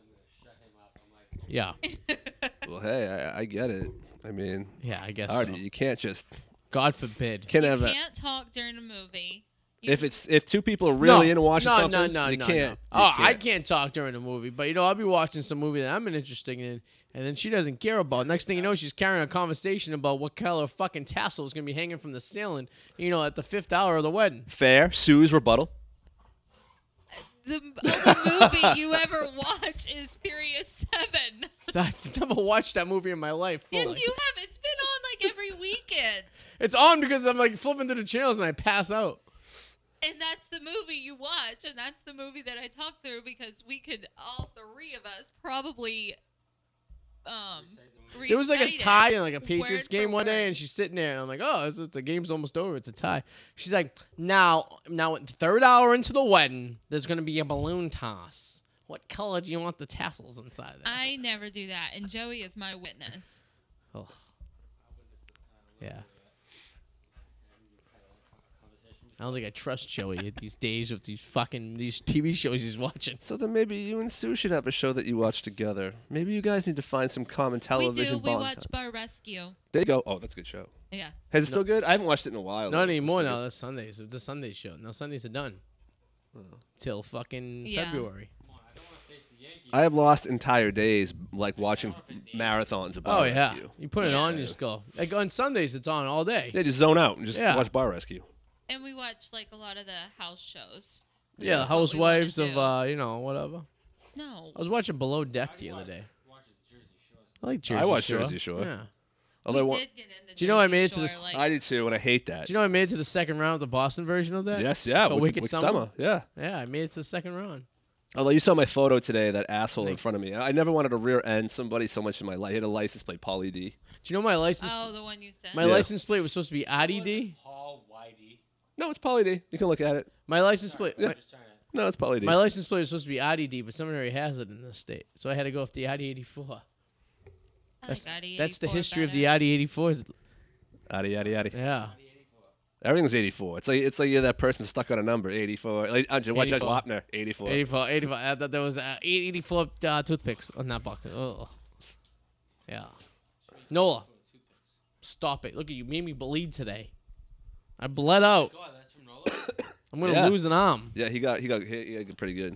Speaker 3: I'm gonna shut him up. I'm like,
Speaker 1: Yeah,
Speaker 2: well, hey, I, I get it. I mean,
Speaker 1: yeah, I guess.
Speaker 2: Artie,
Speaker 1: so.
Speaker 2: you can't just
Speaker 1: God forbid.
Speaker 2: can't
Speaker 4: you
Speaker 2: have a,
Speaker 4: can't talk during a movie. You-
Speaker 2: if it's if two people are really
Speaker 1: no,
Speaker 2: into watching
Speaker 1: no,
Speaker 2: something.
Speaker 1: No, no,
Speaker 2: you
Speaker 1: no,
Speaker 2: can't.
Speaker 1: no.
Speaker 2: you
Speaker 1: Oh, I can't talk during a movie, but you know, I'll be watching some movie that I'm interested in, and then she doesn't care about. Next thing you know, she's carrying a conversation about what color fucking tassel is gonna be hanging from the ceiling. You know, at the fifth hour of the wedding.
Speaker 2: Fair. Sue's rebuttal.
Speaker 4: the only movie you ever watch is Furious 7.
Speaker 1: I've never watched that movie in Oh my life.
Speaker 4: Yes,
Speaker 1: fully.
Speaker 4: you have. It's been on like every weekend.
Speaker 1: It's on because I'm like flipping through the channels and I pass out.
Speaker 4: And that's the movie you watch, and that's the movie that I talk through because we could, all three of us, probably. Um,
Speaker 1: There was like a
Speaker 4: recite it.
Speaker 1: tie in like a
Speaker 4: word
Speaker 1: Patriots
Speaker 4: for
Speaker 1: game one day,
Speaker 4: word.
Speaker 1: and she's sitting there, and I'm like, "Oh, it's, it's- the game's almost over. It's a tie." She's like, "Now, now, at the third hour into the wedding, there's gonna be a balloon toss. What color do you want the tassels inside?" Of that?
Speaker 4: I never do that, and Joey is my witness.
Speaker 1: Ugh. Yeah. I don't think I trust Joey at these days with these fucking these TV shows he's watching.
Speaker 2: So then maybe you and Sue should have a show that you watch together. Maybe you guys need to find some common
Speaker 4: We
Speaker 2: television
Speaker 4: do. We
Speaker 2: bond
Speaker 4: watch
Speaker 2: time.
Speaker 4: Bar Rescue.
Speaker 2: There you go. Oh, that's a good show.
Speaker 4: Yeah.
Speaker 2: Is it still good? I haven't watched it in a while.
Speaker 1: Not
Speaker 2: though.
Speaker 1: anymore
Speaker 2: It's
Speaker 1: now.
Speaker 2: good.
Speaker 1: That's Sundays. It's a
Speaker 2: Oh.
Speaker 1: Sunday show. Now Sundays are done. Till fucking
Speaker 4: Yeah.
Speaker 1: February.
Speaker 3: come on, I don't want to face the Yankees.
Speaker 2: I have lost entire days like watching marathons of Bar
Speaker 1: Oh yeah,
Speaker 2: Rescue.
Speaker 1: you put it
Speaker 4: Yeah.
Speaker 1: on your skull. Like on Sundays, it's on all day.
Speaker 2: Yeah, just zone out and just
Speaker 1: Yeah.
Speaker 2: watch Bar Rescue.
Speaker 4: And we watch like a lot of the house shows.
Speaker 1: Yeah,
Speaker 4: That's what we wanna
Speaker 1: housewives of
Speaker 4: do.
Speaker 1: uh, you know, whatever.
Speaker 4: No.
Speaker 1: I was watching Below Deck
Speaker 3: Howdy
Speaker 1: the other
Speaker 3: watch-
Speaker 1: day.
Speaker 3: watches Jersey Shore.
Speaker 1: I like Jersey
Speaker 2: I watch
Speaker 1: Shore.
Speaker 2: Jersey Shore.
Speaker 1: Yeah.
Speaker 2: Although I
Speaker 4: we
Speaker 2: wa-
Speaker 4: did get into
Speaker 1: Do you know I
Speaker 4: Jersey
Speaker 1: made it to
Speaker 4: Shore,
Speaker 1: the s-
Speaker 4: like,
Speaker 2: I did too, and I hate that.
Speaker 1: Do you know I made it to the second round of the Boston version of that?
Speaker 2: yes, yeah,
Speaker 1: Oh,
Speaker 2: Wicked,
Speaker 1: Wicked
Speaker 2: Wicked
Speaker 1: Summer?
Speaker 2: summer. yeah.
Speaker 1: Yeah, I made it to the second round.
Speaker 2: Although you saw my photo today, that asshole in front of me. I never wanted to rear end somebody so much in my life. I had a license plate, Polly D.
Speaker 1: Do you know my license?
Speaker 4: Oh, the one you sent.
Speaker 1: My
Speaker 2: Yeah.
Speaker 1: license plate was supposed to be
Speaker 3: Who was
Speaker 1: IDD.
Speaker 3: it? Paul Whitey.
Speaker 2: No, it's Polly D. You can look at it.
Speaker 1: My license plate.
Speaker 3: I'm
Speaker 1: My,
Speaker 3: just trying to.
Speaker 2: No, it's Polly D.
Speaker 1: my license plate was supposed to be IDD, but somebody has it in this state, so I had to go off the ID84.
Speaker 4: I
Speaker 1: That's,
Speaker 4: like ID
Speaker 1: that's the
Speaker 4: 84
Speaker 1: history
Speaker 4: better.
Speaker 1: of the ID84s.
Speaker 2: Addy, addy, addy.
Speaker 1: Yeah.
Speaker 2: Everything's 84. It's like it's like you're that person stuck on a number, 84. Like, uh,
Speaker 1: 84.
Speaker 2: watch Judge Wapner, 84.
Speaker 1: 84, 84. I thought there was uh, 84 uh, toothpicks on that bucket. Oh. Yeah. Nola, stop it. Look at you. Made me bleed today. I bled out.
Speaker 3: God, that's from Nola.
Speaker 1: I'm going to
Speaker 2: Yeah.
Speaker 1: lose an arm.
Speaker 2: Yeah, he got he got hit he got pretty good.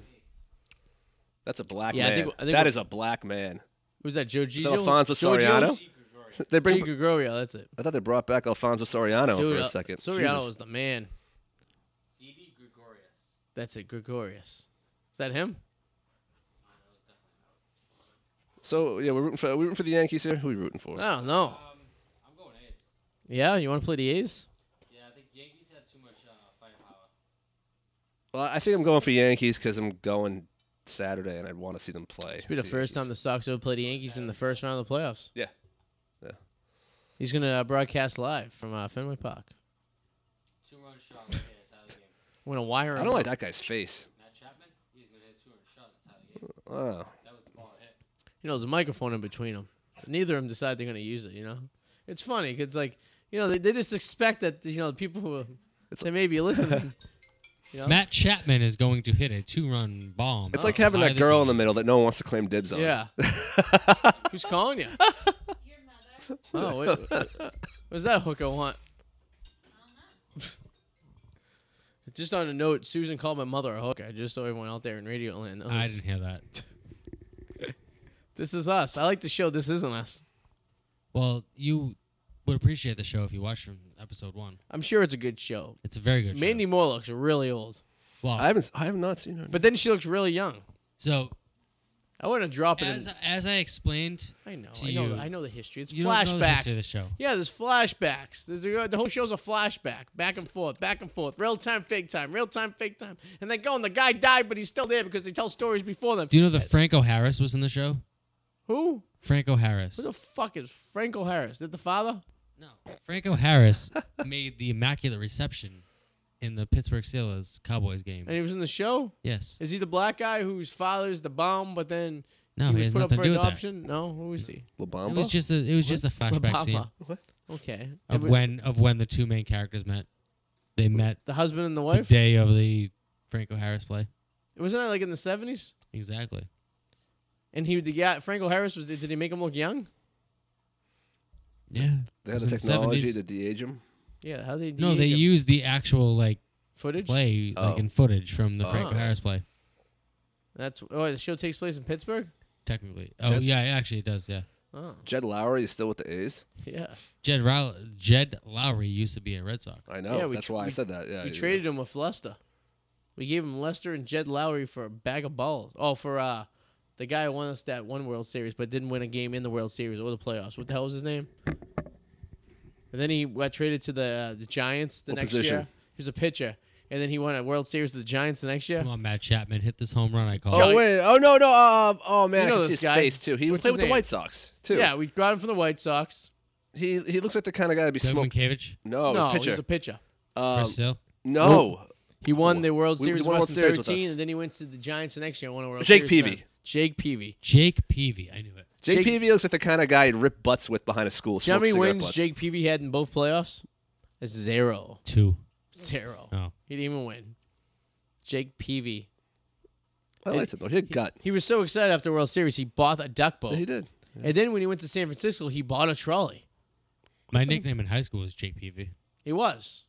Speaker 2: That's a black
Speaker 1: Yeah, I
Speaker 2: man.
Speaker 1: think- I think
Speaker 2: that
Speaker 1: we-
Speaker 2: is a black man.
Speaker 1: Who's that, Joe Gigio?
Speaker 2: Alfonso
Speaker 1: Joe
Speaker 2: Soriano?
Speaker 1: Gio's-
Speaker 2: They
Speaker 1: Gio
Speaker 2: bring.
Speaker 1: Gregorio, that's it.
Speaker 2: I thought they brought back Alfonso Soriano
Speaker 1: Dude,
Speaker 2: Oh, for a
Speaker 1: uh,
Speaker 2: second.
Speaker 1: Soriano
Speaker 2: Jesus.
Speaker 1: was the man.
Speaker 3: D.D. Gregorius.
Speaker 1: That's it, Gregorius. Is that him?
Speaker 2: So yeah, we're rooting for we're rooting for the Yankees here. Who are we rooting for?
Speaker 1: I don't know.
Speaker 3: Um, I'm going A's.
Speaker 1: Yeah, you want to play the A's?
Speaker 3: Yeah, I think Yankees have too much uh, firepower.
Speaker 2: Well, I think I'm going for Yankees because I'm going Saturday and I'd want to see them play.
Speaker 1: It'll be the first time the Sox ever play the Yankees in the first round of the playoffs.
Speaker 2: Yeah. Yeah.
Speaker 1: He's going to uh, broadcast live from uh, Fenway Park.
Speaker 3: Two run shot right there. That's how the game.
Speaker 1: I'm going to wire him.
Speaker 2: I don't like
Speaker 1: up.
Speaker 2: that guy's face.
Speaker 3: Matt Chapman, he's going to hit two run shot. That's how the game.
Speaker 2: Oh,
Speaker 3: That was the ball hit.
Speaker 1: You know, there's a microphone in between them. Neither of them decide they're going to use it, you know? It's funny because, like, you know, they, they just expect that, you know, the people who are, they may be listening.
Speaker 5: Matt Chapman is going to hit a two-run bomb.
Speaker 2: it's like having that girl in the middle that no one wants to claim dibs on.
Speaker 1: Oh, yeah. Who's calling you?
Speaker 4: Your mother?
Speaker 1: Oh, what, what does that hooker want? Just on a note, Susan called my mother a hooker, just so everyone out there in Radio Land knows.
Speaker 5: I didn't hear that.
Speaker 1: This is us. I like the show This Isn't Us.
Speaker 5: Well, you would appreciate the show if you watched from episode one.
Speaker 1: I'm sure it's a good show.
Speaker 5: It's a very good
Speaker 1: Mandy Moore looks really old,
Speaker 5: show. Well,
Speaker 2: I haven't I have not seen her.
Speaker 1: but then she looks really young.
Speaker 5: so
Speaker 1: I want to drop it
Speaker 5: as
Speaker 1: in.
Speaker 5: as I explained,
Speaker 1: I know,
Speaker 5: to
Speaker 1: I know,
Speaker 5: you-
Speaker 1: I know the history. It's
Speaker 5: You
Speaker 1: flashbacks.
Speaker 5: don't know the history of the show.
Speaker 1: Yeah, there's flashbacks. There's a, the whole show's a flashback, back and forth, back and forth, real time, fake time, real time, fake time, and they go and the guy died, but he's still there because they tell stories before them.
Speaker 5: do you know that Franco Harris was in the show?
Speaker 1: Who?
Speaker 5: Franco Harris.
Speaker 1: Who the fuck is Franco Harris? Did the father?
Speaker 5: No, Franco Harris made the immaculate reception in the Pittsburgh Steelers Cowboys game.
Speaker 1: And he was in the show.
Speaker 5: Yes.
Speaker 1: Is he the black guy whose father's the bomb, but then
Speaker 5: No,
Speaker 1: he
Speaker 5: he
Speaker 1: was
Speaker 5: has
Speaker 1: put up
Speaker 5: nothing
Speaker 1: for
Speaker 5: to do with that.
Speaker 1: adoption? No, who is he?
Speaker 2: La
Speaker 5: It was
Speaker 2: Bamba.
Speaker 5: just a it was just a flashback
Speaker 1: Obama.
Speaker 5: scene
Speaker 2: What?
Speaker 1: Okay.
Speaker 5: of
Speaker 1: Every-
Speaker 5: when of when the two main characters met. They met
Speaker 1: the husband and the
Speaker 5: the
Speaker 1: wife.
Speaker 5: day of the Franco Harris play.
Speaker 1: Wasn't that like in the seventies?
Speaker 5: Exactly.
Speaker 1: And he the guy Franco Harris was. Did he make him look young?
Speaker 5: Yeah.
Speaker 2: They had
Speaker 5: It was
Speaker 2: the
Speaker 5: in
Speaker 2: technology
Speaker 5: 70s.
Speaker 2: to de-age him.
Speaker 1: Yeah. How they
Speaker 5: No,
Speaker 1: de-age
Speaker 5: they
Speaker 1: him?
Speaker 5: used the actual like
Speaker 1: footage.
Speaker 5: play
Speaker 2: Oh.
Speaker 5: like in footage from the Franco
Speaker 1: Oh.
Speaker 5: Harris play.
Speaker 1: That's oh, the show takes place in Pittsburgh.
Speaker 5: Technically. Oh yeah, actually it does, yeah.
Speaker 1: Oh,
Speaker 2: Jed Lowry is still with the A's.
Speaker 1: yeah.
Speaker 5: Jed Row- Jed Lowry used to be a Red Sox.
Speaker 2: I know.
Speaker 1: Yeah, we
Speaker 2: That's
Speaker 1: tr-
Speaker 2: why I
Speaker 1: we-
Speaker 2: said that. Yeah,
Speaker 1: we
Speaker 2: yeah.
Speaker 1: traded him with Lester. We gave him Lester and Jed Lowry for a bag of balls. Oh, for uh, the guy who won us that one World Series, but didn't win a game in the World Series or the playoffs. What the hell was his name? And then he got traded to the uh, the Giants the
Speaker 2: What
Speaker 1: next
Speaker 2: position?
Speaker 1: year. He was a pitcher, and then he won a World Series to the Giants the next year.
Speaker 5: Come on, Matt Chapman, hit this home run I call.
Speaker 2: Oh wait! Oh no! No! Uh, oh man!
Speaker 1: You know
Speaker 2: I can
Speaker 1: this
Speaker 2: see his
Speaker 1: guy.
Speaker 2: face too. He
Speaker 1: What's
Speaker 2: played
Speaker 1: his
Speaker 2: with
Speaker 1: name?
Speaker 2: the White Sox too.
Speaker 1: Yeah, we brought him from the White Sox.
Speaker 2: He he looks like the kind of guy to be
Speaker 5: Doug
Speaker 2: smoked.
Speaker 5: Minkiewicz,
Speaker 2: No,
Speaker 1: no,
Speaker 2: Oh, pitcher.
Speaker 1: he was a pitcher.
Speaker 2: Um,
Speaker 5: Chris Sale.
Speaker 2: no,
Speaker 1: He won the World
Speaker 2: We- we
Speaker 1: Series
Speaker 2: won World
Speaker 1: West in
Speaker 2: Series with
Speaker 1: 13,
Speaker 2: us.
Speaker 1: and then he went to the Giants the next year and won a World
Speaker 2: Jake
Speaker 1: Series.
Speaker 2: Peavy.
Speaker 1: then. Jake Peavy.
Speaker 5: Jake Peavy, I knew it.
Speaker 2: Jake,
Speaker 1: Jake-
Speaker 2: Peavy looks like the kind of guy you'd rip butts with behind a school.
Speaker 1: Do you know how
Speaker 2: smoke
Speaker 1: many
Speaker 2: cigarette
Speaker 1: wins
Speaker 2: butts.
Speaker 1: Jake Peavy had in both playoffs? Zero.
Speaker 5: Two.
Speaker 1: Zero.
Speaker 5: Oh.
Speaker 1: He didn't even win. Jake Peavy.
Speaker 2: I liked him though. He had gut.
Speaker 1: He was so excited after World Series, he bought a duck boat.
Speaker 2: He did.
Speaker 1: And then when he went to San Francisco, he bought a trolley.
Speaker 5: My nickname in high school was Jake Peavy.
Speaker 1: He was.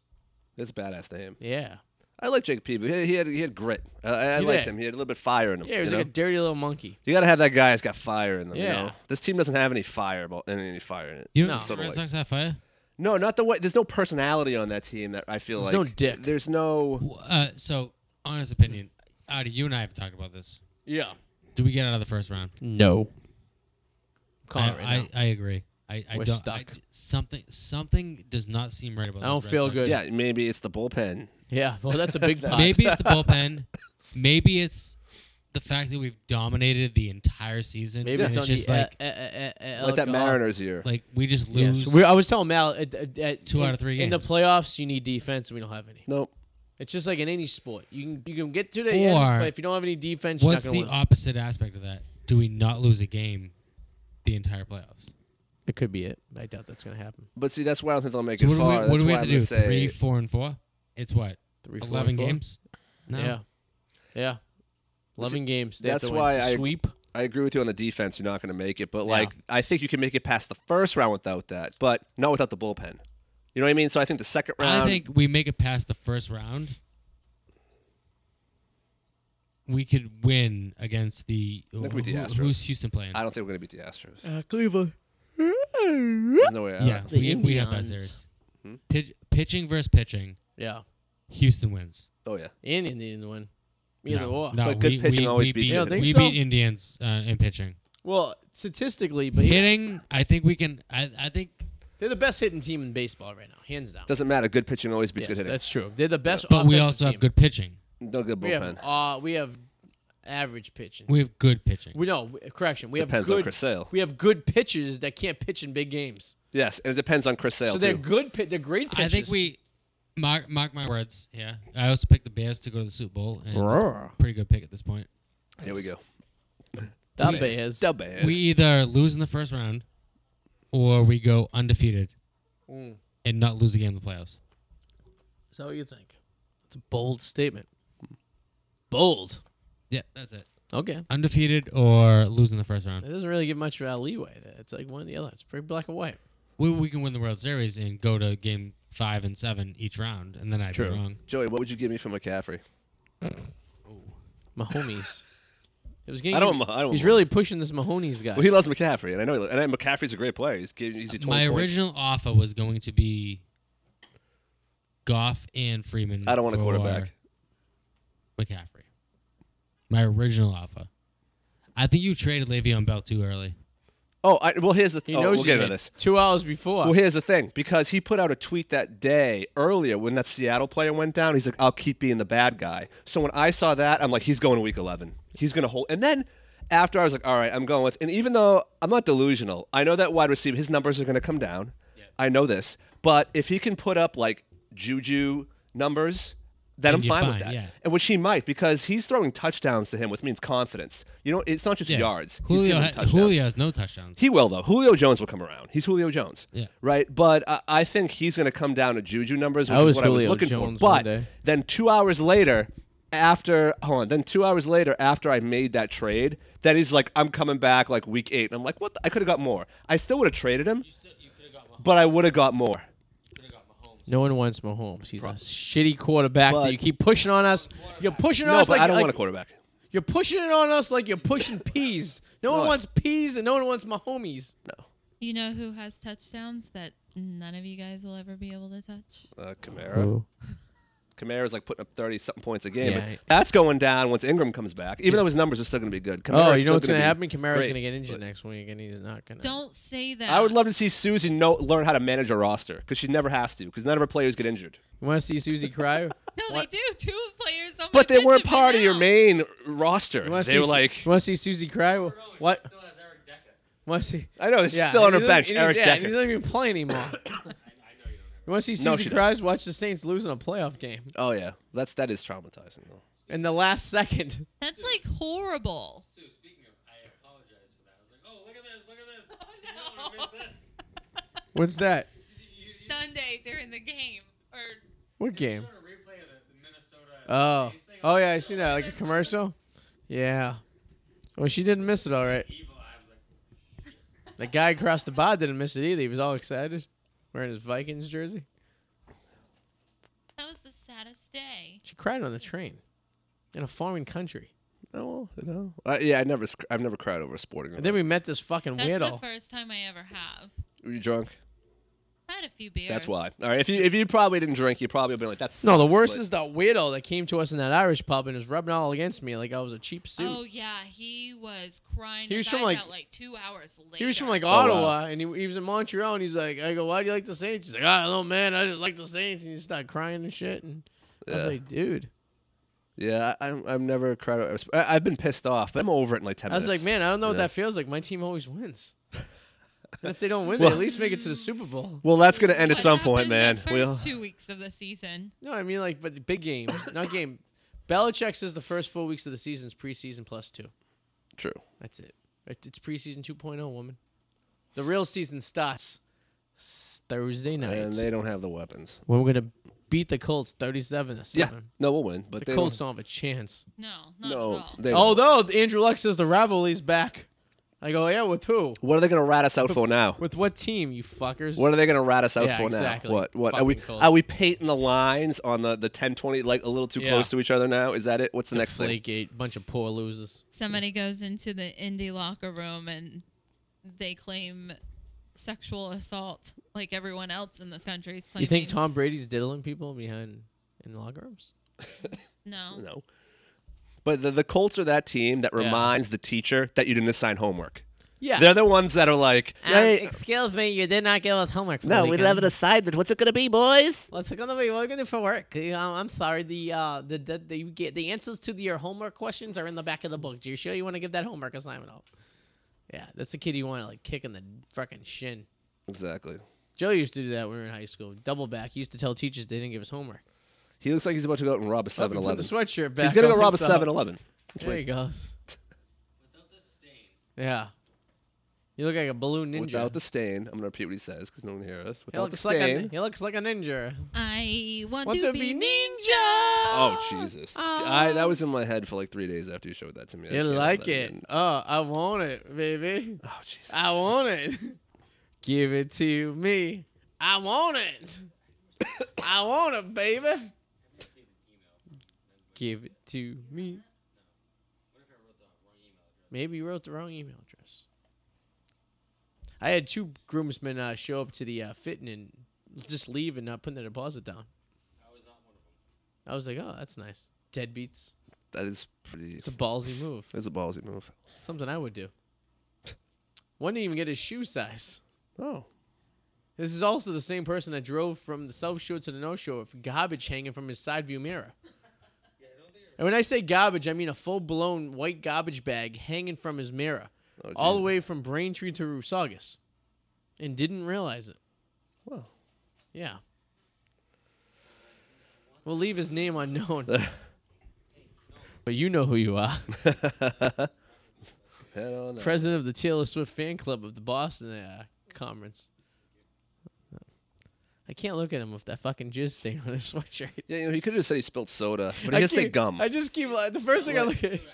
Speaker 2: That's a badass name.
Speaker 1: Yeah.
Speaker 2: I like Jake Peavy. He, he had he had grit. Uh, I, I
Speaker 1: He
Speaker 2: liked
Speaker 1: did.
Speaker 2: him. He had a little bit of fire in him.
Speaker 1: Yeah, he was
Speaker 2: you
Speaker 1: like
Speaker 2: know?
Speaker 1: a dirty little monkey.
Speaker 2: You got to have that guy that's got fire in them.
Speaker 1: Yeah.
Speaker 2: You know? This team doesn't have any fireball and any fire in it.
Speaker 5: You
Speaker 2: It's
Speaker 5: don't
Speaker 2: just
Speaker 5: know
Speaker 2: sorta
Speaker 5: Red
Speaker 2: like-
Speaker 5: Sox have fire?
Speaker 2: no, not the way. There's no personality on that team that I feel
Speaker 1: There's
Speaker 2: like.
Speaker 1: no dick.
Speaker 2: There's no.
Speaker 5: W- Uh, so, honest opinion, Adi, you and I have talked about this.
Speaker 1: Yeah.
Speaker 5: Do we get out of the first round?
Speaker 1: No.
Speaker 5: I,
Speaker 1: Call it right now.
Speaker 5: I, I agree. I, I
Speaker 1: We're
Speaker 5: don't, I
Speaker 1: stuck.
Speaker 5: j- something something does not seem right about.
Speaker 1: I don't
Speaker 5: those Red
Speaker 1: feel
Speaker 5: Sox.
Speaker 1: good.
Speaker 2: Yeah, maybe it's the bullpen.
Speaker 1: yeah. Well, that's a big pot.
Speaker 5: Maybe it's the bullpen. Maybe it's the fact that we've dominated the entire season.
Speaker 1: Maybe
Speaker 5: and
Speaker 1: it's on
Speaker 5: just
Speaker 1: the uh,
Speaker 5: like
Speaker 1: uh, uh, uh,
Speaker 2: like that
Speaker 1: alcohol.
Speaker 2: Mariners year.
Speaker 5: like we just lose.
Speaker 1: Yes. We, I was telling Mal at, at, at-
Speaker 5: Two
Speaker 1: in-
Speaker 5: out of three
Speaker 1: in the
Speaker 5: games.
Speaker 1: playoffs. You need defense, and we don't have any.
Speaker 2: nope.
Speaker 1: It's just like in any sport. You can you can get to the
Speaker 5: Or-
Speaker 1: end, but if you don't have any defense, you're not
Speaker 5: What's
Speaker 1: gonna
Speaker 5: the
Speaker 1: win.
Speaker 5: opposite aspect of that? Do we not lose a game the entire playoffs?
Speaker 1: It could be it. I doubt that's gonna happen.
Speaker 2: But see, that's why I don't think they'll make
Speaker 5: So
Speaker 2: it
Speaker 5: what do we
Speaker 2: far.
Speaker 5: what
Speaker 2: That's
Speaker 5: do we
Speaker 2: why
Speaker 5: have to
Speaker 2: I'm
Speaker 5: do?
Speaker 2: gonna say-
Speaker 5: Three, four, and four. It's what
Speaker 1: Three, four,
Speaker 5: eleven
Speaker 1: four?
Speaker 5: games. No.
Speaker 1: Yeah, yeah, eleven games. They have
Speaker 2: that's
Speaker 1: to win.
Speaker 2: why
Speaker 1: It's a
Speaker 2: I-
Speaker 1: sweep.
Speaker 2: I agree with you on the defense. You're not going to make it, but
Speaker 1: Yeah.
Speaker 2: like I think you can make it past the first round without that, but not without the bullpen. You know what I mean? So I think the second round.
Speaker 5: I think we make it past the first round. We could win against the.
Speaker 2: think we beat the Astros.
Speaker 5: who's Houston playing?
Speaker 2: I don't think we're going to beat the Astros.
Speaker 1: Uh, Cleveland.
Speaker 2: There's no way. out.
Speaker 5: yeah, we,
Speaker 1: The
Speaker 5: we have that
Speaker 1: Indians.
Speaker 5: series.
Speaker 2: Hmm?
Speaker 5: Pitch, pitching versus pitching,
Speaker 1: Yeah,
Speaker 5: Houston wins.
Speaker 2: Oh yeah.
Speaker 1: and Indians win. Either
Speaker 5: no,
Speaker 1: or.
Speaker 5: no,
Speaker 2: But good
Speaker 5: we,
Speaker 2: pitching
Speaker 5: we,
Speaker 2: always
Speaker 5: we
Speaker 2: beats
Speaker 5: beat,
Speaker 1: good You don't
Speaker 5: we
Speaker 1: think so?
Speaker 5: beat Indians uh, in pitching.
Speaker 1: Well, statistically, but
Speaker 5: Hitting, I think we can. I, I think
Speaker 1: they're the best hitting team in baseball right now, hands down.
Speaker 2: Doesn't matter. Good pitching always beats
Speaker 1: Yes,
Speaker 2: good hitting.
Speaker 1: that's true. They're the best.
Speaker 5: But we
Speaker 1: offensive
Speaker 5: also
Speaker 1: team.
Speaker 5: have good pitching.
Speaker 2: No good
Speaker 1: We
Speaker 2: bullpen.
Speaker 1: have uh, we have average pitching.
Speaker 5: We have good pitching.
Speaker 1: We no w- correction. We
Speaker 2: Depends
Speaker 1: have
Speaker 2: on
Speaker 1: good.
Speaker 2: Chris Sale.
Speaker 1: We have good pitchers that can't pitch in big games.
Speaker 2: Yes, and it depends on Chris Sale
Speaker 1: so they're
Speaker 2: too.
Speaker 1: good. Pi- they're great pitchers.
Speaker 5: I think we mark mark my words. Yeah, I also picked the Bears to go to the Super Bowl. And
Speaker 1: Roar.
Speaker 5: pretty good pick at this point.
Speaker 2: Here we go.
Speaker 1: the Bears.
Speaker 2: The Bears.
Speaker 5: We either lose in the first round, or we go undefeated
Speaker 1: Mm.
Speaker 5: and not lose a game in the playoffs.
Speaker 1: Is that what you think? It's a bold statement. Bold.
Speaker 5: Yeah, that's it.
Speaker 1: Okay.
Speaker 5: Undefeated or lose in the first
Speaker 1: That
Speaker 5: round.
Speaker 1: doesn't really give much uh, leeway. there. It's like one or the other. It's pretty black and white.
Speaker 5: We, we can win the World Series and go to game five and seven each round, and then I'd
Speaker 1: True.
Speaker 5: be wrong.
Speaker 2: Joey, what would you give me for McCaffrey?
Speaker 1: Mahomes. it was getting.
Speaker 2: I don't. I don't.
Speaker 1: He's really pushing this Mahoney's guy.
Speaker 2: Well, he loves McCaffrey, and I know. He, lo- and I- McCaffrey's a great player. He's giving. He's
Speaker 5: My original offer was going to be Goff and Freeman.
Speaker 2: I don't want a
Speaker 5: for
Speaker 2: quarterback.
Speaker 5: McCaffrey. My original offer. I think you traded Le'Veon Bell too early.
Speaker 2: Oh, I, well, here's the.
Speaker 1: he
Speaker 2: oh,
Speaker 1: knows
Speaker 2: we'll
Speaker 1: he
Speaker 2: get into
Speaker 1: did.
Speaker 2: this.
Speaker 1: Two hours before.
Speaker 2: Well, here's the thing because he put out a tweet that day earlier when that Seattle player went down. He's like, I'll keep being the bad guy. So when I saw that, I'm like, he's going to week 11. He's going to hold. And then after I was like, all right, I'm going with. And even though I'm not delusional, I know that wide receiver, his numbers are going to come down. I know this. But if he can put up like Juju numbers, then
Speaker 5: Then
Speaker 2: I'm
Speaker 5: you're
Speaker 2: fine, with
Speaker 5: fine,
Speaker 2: that.
Speaker 5: yeah.
Speaker 2: And which he might because he's throwing touchdowns to him, which means confidence. You know, it's not just
Speaker 5: Yeah.
Speaker 2: yards. He's
Speaker 5: Julio,
Speaker 2: giving
Speaker 5: ha-
Speaker 2: touchdowns.
Speaker 5: Julio has no touchdowns.
Speaker 2: He will though. Julio Jones will come around. He's Julio Jones.
Speaker 5: Yeah.
Speaker 2: Right. But I, I think he's going to come down to Juju numbers, which
Speaker 1: I
Speaker 2: is
Speaker 1: was
Speaker 2: what I was
Speaker 1: Julio
Speaker 2: looking
Speaker 1: Jones
Speaker 2: for.
Speaker 1: one
Speaker 2: But
Speaker 1: day.
Speaker 2: then two hours later, after hold on, then two hours later after I made that trade, then he's like, I'm coming back like week eight. And I'm like, what? The? I could have got more. I still would have traded him,
Speaker 3: You could have got Mahomes.
Speaker 2: but I would have got more.
Speaker 3: Could have got Mahomes.
Speaker 1: No one wants Mahomes. He's a shitty quarterback
Speaker 2: But-
Speaker 1: that you keep pushing on us. You're pushing on
Speaker 2: No,
Speaker 1: us
Speaker 2: but
Speaker 1: like,
Speaker 2: I don't
Speaker 1: like-
Speaker 2: want a quarterback.
Speaker 1: you're pushing it on us like you're pushing peas. No one
Speaker 2: No.
Speaker 1: wants peas and no one wants Mahomes.
Speaker 4: You know who has touchdowns that none of you guys will ever be able to touch?
Speaker 2: Uh, Kamara.
Speaker 1: Oh,
Speaker 2: Kamara's like putting up thirty something points a game.
Speaker 1: Yeah.
Speaker 2: but that's going down once Ingram comes back. Even though his numbers are still going to be good. Kamara's
Speaker 1: Oh, you
Speaker 2: still
Speaker 1: know what's
Speaker 2: gonna
Speaker 1: gonna
Speaker 2: be
Speaker 1: happen? Kamara's
Speaker 2: great.
Speaker 1: gonna get injured next week, and he's not gonna.
Speaker 4: Don't say that.
Speaker 2: I would love to see Susie know, learn how to manage a roster because she never has to because none of her players get injured.
Speaker 1: You want to see Susie cry?
Speaker 4: No,
Speaker 1: What?
Speaker 4: they do. Two players. On
Speaker 2: But they
Speaker 4: my bench
Speaker 2: weren't
Speaker 4: have
Speaker 2: part
Speaker 4: been
Speaker 2: of your
Speaker 4: out.
Speaker 2: main roster.
Speaker 1: You wanna
Speaker 2: They
Speaker 1: see
Speaker 2: were
Speaker 1: Su-
Speaker 2: like,
Speaker 1: you want to see Susie cry?
Speaker 3: No, and she
Speaker 1: What?
Speaker 3: still has Eric Decker.
Speaker 1: Want to see?
Speaker 2: I know, it's
Speaker 1: Yeah,
Speaker 2: still on her
Speaker 1: and he's not-
Speaker 2: bench.
Speaker 1: and he's-
Speaker 2: Eric
Speaker 1: yeah, and
Speaker 2: Decker.
Speaker 1: He's not even playing anymore.
Speaker 3: I, I know you don't have
Speaker 1: You want to see
Speaker 2: No,
Speaker 1: Susie
Speaker 2: she doesn't.
Speaker 1: cries? Watch the Saints lose in a playoff game
Speaker 2: oh yeah, that's that is traumatizing though.
Speaker 1: in the last second.
Speaker 4: That's like horrible.
Speaker 3: Sue, speaking of, I apologize for that. I was like, oh, look at this, look at this. You don't wanna miss this.
Speaker 1: What's that?
Speaker 3: You, you,
Speaker 4: Sunday during the game or
Speaker 1: What
Speaker 3: you
Speaker 1: game?
Speaker 3: showed a replay of the, the Minnesota
Speaker 1: Oh,
Speaker 3: Saints thing. I
Speaker 1: oh
Speaker 3: was
Speaker 1: yeah, I
Speaker 3: like,
Speaker 1: seen
Speaker 3: "Oh,
Speaker 1: that
Speaker 3: look
Speaker 1: like a
Speaker 3: at this,
Speaker 1: commercial. Yeah. Well, she didn't miss it, all right.
Speaker 3: Evil. I was like,
Speaker 1: The guy across the bar didn't miss it either. He was all excited, wearing his Vikings jersey.
Speaker 4: that was the saddest gotta stay.
Speaker 1: She cried on the train in a foreign country.
Speaker 2: No, no. Uh, yeah, I never, sc- I've never cried over a sporting
Speaker 1: And then
Speaker 2: event.
Speaker 1: we met this fucking
Speaker 4: That's the
Speaker 1: weirdo.
Speaker 4: first time I ever have.
Speaker 2: Were you drunk?
Speaker 4: Had a few beers.
Speaker 2: That's why. All right. If you if you probably didn't drink, you probably would have been like, that's
Speaker 1: No, the worst is that weirdo that came to us in that Irish pub and was rubbing all against me like I was a cheap suit.
Speaker 4: Oh yeah, he was crying.
Speaker 1: He
Speaker 4: his
Speaker 1: was from,
Speaker 4: eyes
Speaker 1: like-
Speaker 4: out like two hours later.
Speaker 1: He was from like
Speaker 2: Oh, wow.
Speaker 1: Ottawa, and he, he was in Montreal, and he's like, I go, why do you like the Saints? He's like, I don't know, man, I just like the Saints, and he started crying and shit. And I was
Speaker 2: Yeah.
Speaker 1: like, dude,
Speaker 2: Yeah, I, I'm- I've never cried. Over, a sp- I, I've been pissed off, but I'm over it in like ten
Speaker 1: I was
Speaker 2: minutes.
Speaker 1: like, man, I don't know what
Speaker 2: Yeah.
Speaker 1: that feels like. My team always wins. and if they don't win, they
Speaker 2: Well-
Speaker 1: at least make it to the Super Bowl.
Speaker 2: Well, that's gonna end
Speaker 4: What
Speaker 2: at some point,
Speaker 4: happened
Speaker 2: man.
Speaker 4: The first
Speaker 2: We'll.
Speaker 4: two weeks of the season.
Speaker 1: No, I mean like, but the big games, not game. Belichick says the first four weeks of the season is preseason plus two.
Speaker 2: True.
Speaker 1: That's it. It- It's preseason 2.0, woman. The real season starts s- Thursday night.
Speaker 2: And they don't have the weapons.
Speaker 1: when we're gonna beat the Colts 37 to
Speaker 2: Yeah.
Speaker 1: seven.
Speaker 2: No, we'll win. But
Speaker 1: The
Speaker 2: they
Speaker 1: Colts don't have a chance.
Speaker 4: No, not at
Speaker 2: Don't, no,
Speaker 4: all.
Speaker 2: they. don't.
Speaker 1: Although Andrew Luck says the rivalry's back. I go, yeah, with who?
Speaker 2: What are they gonna rat us out for now?
Speaker 1: With what team, you fuckers?
Speaker 2: What are they gonna rat us out
Speaker 1: Yeah,
Speaker 2: for
Speaker 1: exactly.
Speaker 2: now? What? What? Are we?
Speaker 1: Fucking Colts.
Speaker 2: Are we painting the lines on the the 10, 20, like a little too
Speaker 1: Yeah.
Speaker 2: close to each other now? Is that it? What's the next thing?
Speaker 1: Deflategate, bunch of poor losers.
Speaker 4: Somebody goes into the indie locker room and they claim sexual assault, like everyone else in this country is claiming.
Speaker 1: You think Tom Brady's diddling people behind in locker rooms?
Speaker 4: No.
Speaker 2: No. But the, the Colts are that team that
Speaker 1: Yeah.
Speaker 2: reminds the teacher that you didn't assign homework.
Speaker 1: Yeah.
Speaker 2: They're the ones that are like, hey,
Speaker 1: excuse me, you did not give us homework. For
Speaker 2: no, we haven't assigned What's it going to be, boys?
Speaker 1: What's it gonna be? What are we gonna do for work? Uh, I'm sorry. The uh, the the, the, you get, the answers to your homework questions are in the back of the book. Do you sure you want to give that homework assignment out? Yeah, that's the kid you want to like kick in the fucking shin.
Speaker 2: Exactly.
Speaker 1: Joe used to do that when we were in high school. Double back. He used to tell teachers they didn't give us homework.
Speaker 2: He looks like he's about to go out and rob
Speaker 1: Oh,
Speaker 2: a
Speaker 1: we
Speaker 2: 7
Speaker 1: put
Speaker 2: Eleven.
Speaker 1: The sweatshirt back.
Speaker 2: He's going to
Speaker 1: on,
Speaker 2: go rob a
Speaker 1: so-
Speaker 2: 7 Eleven.
Speaker 1: There he goes.
Speaker 3: Without the stain,
Speaker 1: Yeah. You look like a balloon ninja.
Speaker 2: Without the stain, I'm going to repeat what he says because no one hears us.
Speaker 1: he
Speaker 2: Without the
Speaker 1: looks like a
Speaker 2: stain.
Speaker 1: he looks like a ninja.
Speaker 4: I want,
Speaker 1: Want
Speaker 4: to,
Speaker 1: to
Speaker 4: be,
Speaker 1: be
Speaker 4: ninja.
Speaker 2: Oh Jesus! I, that was in my head for like three days after you showed that to me. I
Speaker 1: You
Speaker 2: can't let
Speaker 1: like it?
Speaker 2: in.
Speaker 1: Oh, I want it, baby.
Speaker 2: Oh Jesus!
Speaker 1: I want it. Give it to me. I want it. I want it, baby. Give it to me. Maybe you wrote the wrong email address. I had two groomsmen uh, show up to the uh, fitting and just leave and not put their deposit down.
Speaker 3: I was not one of them.
Speaker 1: I was like, oh, that's nice. Deadbeats.
Speaker 2: that is pretty.
Speaker 1: It's a ballsy move.
Speaker 2: That's a ballsy move.
Speaker 1: Something I would do. One didn't even get his shoe size.
Speaker 2: Oh,
Speaker 1: This is also the same person that drove from the South Shore to the North Shore with garbage hanging from his side view mirror. And when I say garbage, I mean a full blown white garbage bag hanging from his mirror,
Speaker 2: Oh,
Speaker 1: all the
Speaker 2: geez.
Speaker 1: way from Braintree to Rusagas, and didn't realize it.
Speaker 2: Wow.
Speaker 1: Yeah. We'll leave his name unknown. but you know who you are.
Speaker 2: Hell no.
Speaker 1: President of the Taylor Swift fan club of the Boston uh, conference. I can't look at him with that fucking jizz stain on his sweatshirt.
Speaker 2: Yeah, you know, he could have said he spilled soda, but
Speaker 1: I
Speaker 2: he just said
Speaker 1: keep-
Speaker 2: gum.
Speaker 1: I just keep like, the first thing I look at.
Speaker 3: Dude, I swear.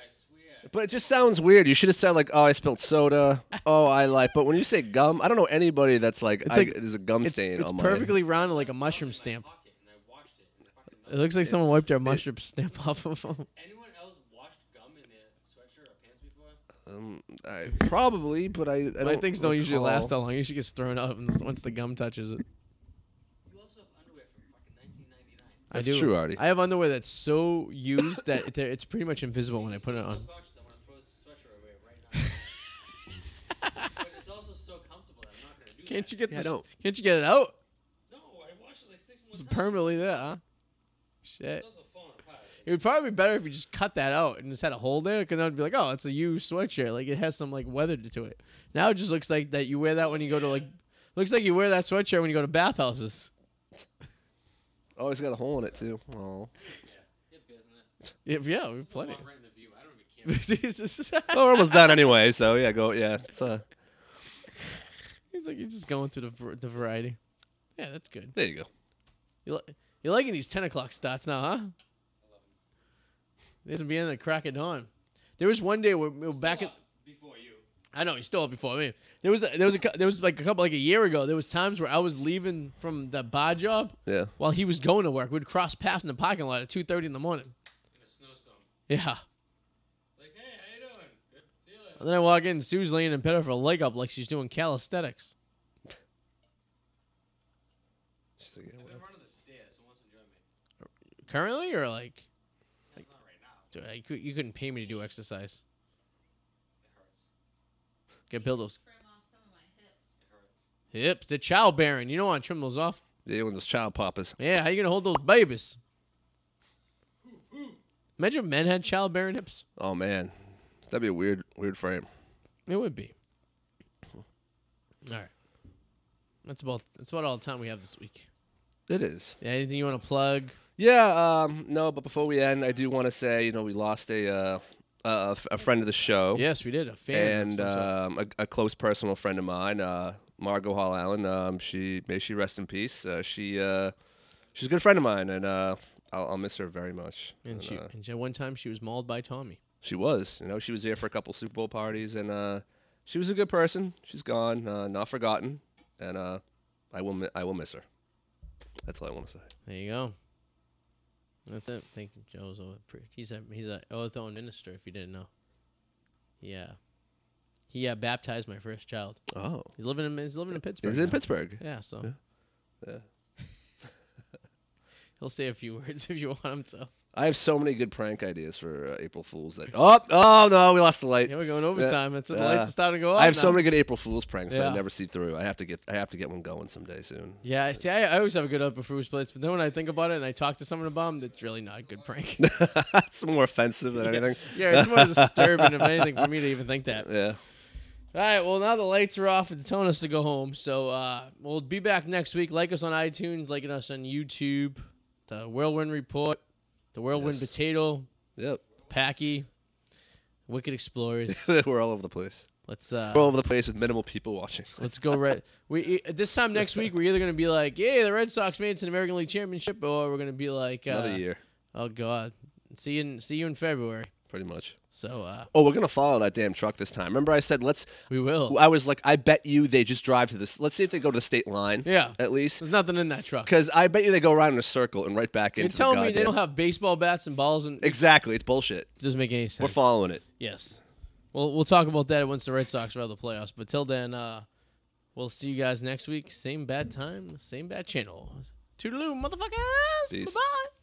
Speaker 2: but it just sounds weird. You should have said like, "Oh, I spilled soda." Oh, I like. But when you say gum, I don't know anybody that's like,
Speaker 1: It's
Speaker 2: I,
Speaker 1: like-
Speaker 2: "There's a gum
Speaker 1: It's,
Speaker 2: stain
Speaker 1: it's
Speaker 2: on
Speaker 1: perfectly round like a mushroom stamp.
Speaker 3: Pocket, and I washed it. And fucking
Speaker 1: It looks like someone wiped their mushroom stamp off of him.
Speaker 3: Anyone else washed gum in their sweatshirt or pants
Speaker 2: my."
Speaker 3: before?
Speaker 2: Um, I, probably, but I. I
Speaker 1: My
Speaker 2: don't
Speaker 1: things don't usually
Speaker 2: recall.
Speaker 1: last that long. It usually gets thrown out and s- once the gum touches it.
Speaker 3: You also have underwear from fucking 1999.
Speaker 1: I
Speaker 2: That's
Speaker 1: do.
Speaker 2: true, Artie.
Speaker 1: I have underwear that's so used that they're- it's pretty much invisible when I put it on.
Speaker 3: Self-conscious, I'm gonna throw this sweatshirt away right now. but it's also so comfortable that I'm not gonna do
Speaker 1: Can't
Speaker 3: that.
Speaker 1: you get
Speaker 2: Yeah, I
Speaker 1: this?
Speaker 2: don't-
Speaker 1: Can't you get it out?
Speaker 3: No, I washed it like six more
Speaker 1: It's
Speaker 3: times.
Speaker 1: permanently there, huh? Shit.
Speaker 3: It's also falling apart. Like,
Speaker 1: It would probably be better if you just cut that out and just had a hole there, because I'd be like, oh, it's a you sweatshirt. Like it has some like weather to it. Now it just looks like that you wear that when you go to like, looks like you wear that sweatshirt when you go to bathhouses.
Speaker 2: Always Oh, got a hole in it too. Oh.
Speaker 3: it business.
Speaker 1: Yeah, yeah, we have plenty.
Speaker 3: Walk right in the view. I don't even care.
Speaker 1: He's
Speaker 2: Well, we're almost done anyway, so yeah, go. Yeah, it's uh,
Speaker 1: like, you're just going through the var- the variety. Yeah, that's good.
Speaker 2: there you go.
Speaker 1: You li- you're liking these ten o'clock starts now, huh? This would be in the crack of dawn. There was one day where we were back at
Speaker 3: Well, before you.
Speaker 1: I know you stole it before me. There was a, there was a cou- there was like a couple like a year ago. There was times where I was leaving from the bar job
Speaker 2: Yeah.
Speaker 1: while he was going to work. We'd cross paths in the parking lot at two thirty in the morning.
Speaker 3: in a snowstorm.
Speaker 1: Yeah.
Speaker 3: Like, hey, how you doing? Good. See you later.
Speaker 1: And then I walk in, Sue's laying in bed with her leg up like she's doing calisthenics.
Speaker 2: She's like, yeah,
Speaker 3: I've been running the stairs. Who wants to join me?
Speaker 1: Currently, or like,
Speaker 3: Not right now.
Speaker 1: dude, I cou- you couldn't pay me to do exercise.
Speaker 3: It hurts.
Speaker 1: Get build those
Speaker 4: Trim off some of my hips.
Speaker 3: It
Speaker 1: hips.
Speaker 3: hurts.
Speaker 1: The childbearing. You don't want to trim those off.
Speaker 2: yeah, one of those child poppers.
Speaker 1: Yeah, how you gonna hold those babies? Imagine if men had childbearing hips.
Speaker 2: Oh man, that'd be a weird, weird frame.
Speaker 1: It would be. All right. That's about that's about all the time we have this week.
Speaker 2: It is.
Speaker 1: Yeah, anything you want to plug?
Speaker 2: Yeah. Um. No, but before we end, I do want to say, you know, we lost a uh, a, a friend of the show.
Speaker 1: Yes, we did a fan. of
Speaker 2: and
Speaker 1: some sort.
Speaker 2: um, a, a close personal friend of mine, uh, Margot Hall Allen. Um, she may she rest in peace. Uh, she uh, she's a good friend of mine, and uh, I'll, I'll miss her very much.
Speaker 1: and she
Speaker 2: uh,
Speaker 1: and she- one time she was mauled by Tommy.
Speaker 2: she was, you know, she was there for a couple Super Bowl parties, and uh, she was a good person. She's gone, uh, not forgotten, and uh, I will mi- I will miss her. That's all I want to say.
Speaker 1: There you go. That's it. Thank you, Joe's. a pre- He's a he's a Oatho minister. If you didn't know, yeah, he uh, baptized my first child.
Speaker 2: Oh,
Speaker 1: He's living in he's living in Pittsburgh.
Speaker 2: is it in
Speaker 1: now.
Speaker 2: Pittsburgh?
Speaker 1: Yeah, so
Speaker 2: Yeah.
Speaker 1: he'll say a few words if you want him to.
Speaker 2: I have so many good prank ideas for uh, April Fools. That oh oh no, we lost the light.
Speaker 1: Yeah, we're going overtime. That's it. The lights
Speaker 2: uh,
Speaker 1: are starting to go off.
Speaker 2: I have so
Speaker 1: now.
Speaker 2: many good April Fools pranks that
Speaker 1: Yeah.
Speaker 2: I never see through. I have to get I have to get one going someday soon.
Speaker 1: Yeah, I- see, I, I always have a good up for food splits, but then when I think about it and I talk to someone about them, that's really not a good prank.
Speaker 2: it's more offensive than anything.
Speaker 1: yeah, it's more disturbing if anything for me to even think that. All
Speaker 2: Yeah.
Speaker 1: right, well now the lights are off and telling us to go home, so uh, we'll be back next week. Like us on iTunes, liking us on YouTube, the Whirlwind Report, the Whirlwind
Speaker 2: Yes.
Speaker 1: Potato,
Speaker 2: Yep.
Speaker 1: Packy, Wicked Explorers.
Speaker 2: We're all over the place.
Speaker 1: let's uh,
Speaker 2: We're all over the place with minimal people watching.
Speaker 1: Let's go red. We e- this time next week we're either gonna be like, "Yay, the Red Sox made it to the American League Championship," or we're gonna be like, uh,
Speaker 2: Another year,
Speaker 1: "Oh God, see you in see you in February."
Speaker 2: pretty much.
Speaker 1: So uh,
Speaker 2: Oh, we're gonna follow that damn truck this time. Remember, I said let's.
Speaker 1: we will.
Speaker 2: I was like, I bet you they just drive to this. Let's see if they go to the state line.
Speaker 1: Yeah.
Speaker 2: At least,
Speaker 1: There's nothing in that truck.
Speaker 2: because I bet you they go around in a circle and right back
Speaker 1: You're
Speaker 2: into.
Speaker 1: telling
Speaker 2: the
Speaker 1: me they don't
Speaker 2: goddamn-
Speaker 1: have baseball bats and balls, and it
Speaker 2: Exactly, it's bullshit.
Speaker 1: doesn't make any sense.
Speaker 2: We're following it.
Speaker 1: Yes. Well, we'll talk about that once the Red Sox are out of the playoffs. But till then, uh, we'll see you guys next week. Same bad time, same bad channel. Toodaloo, motherfuckers.
Speaker 2: Peace.
Speaker 1: Bye bye.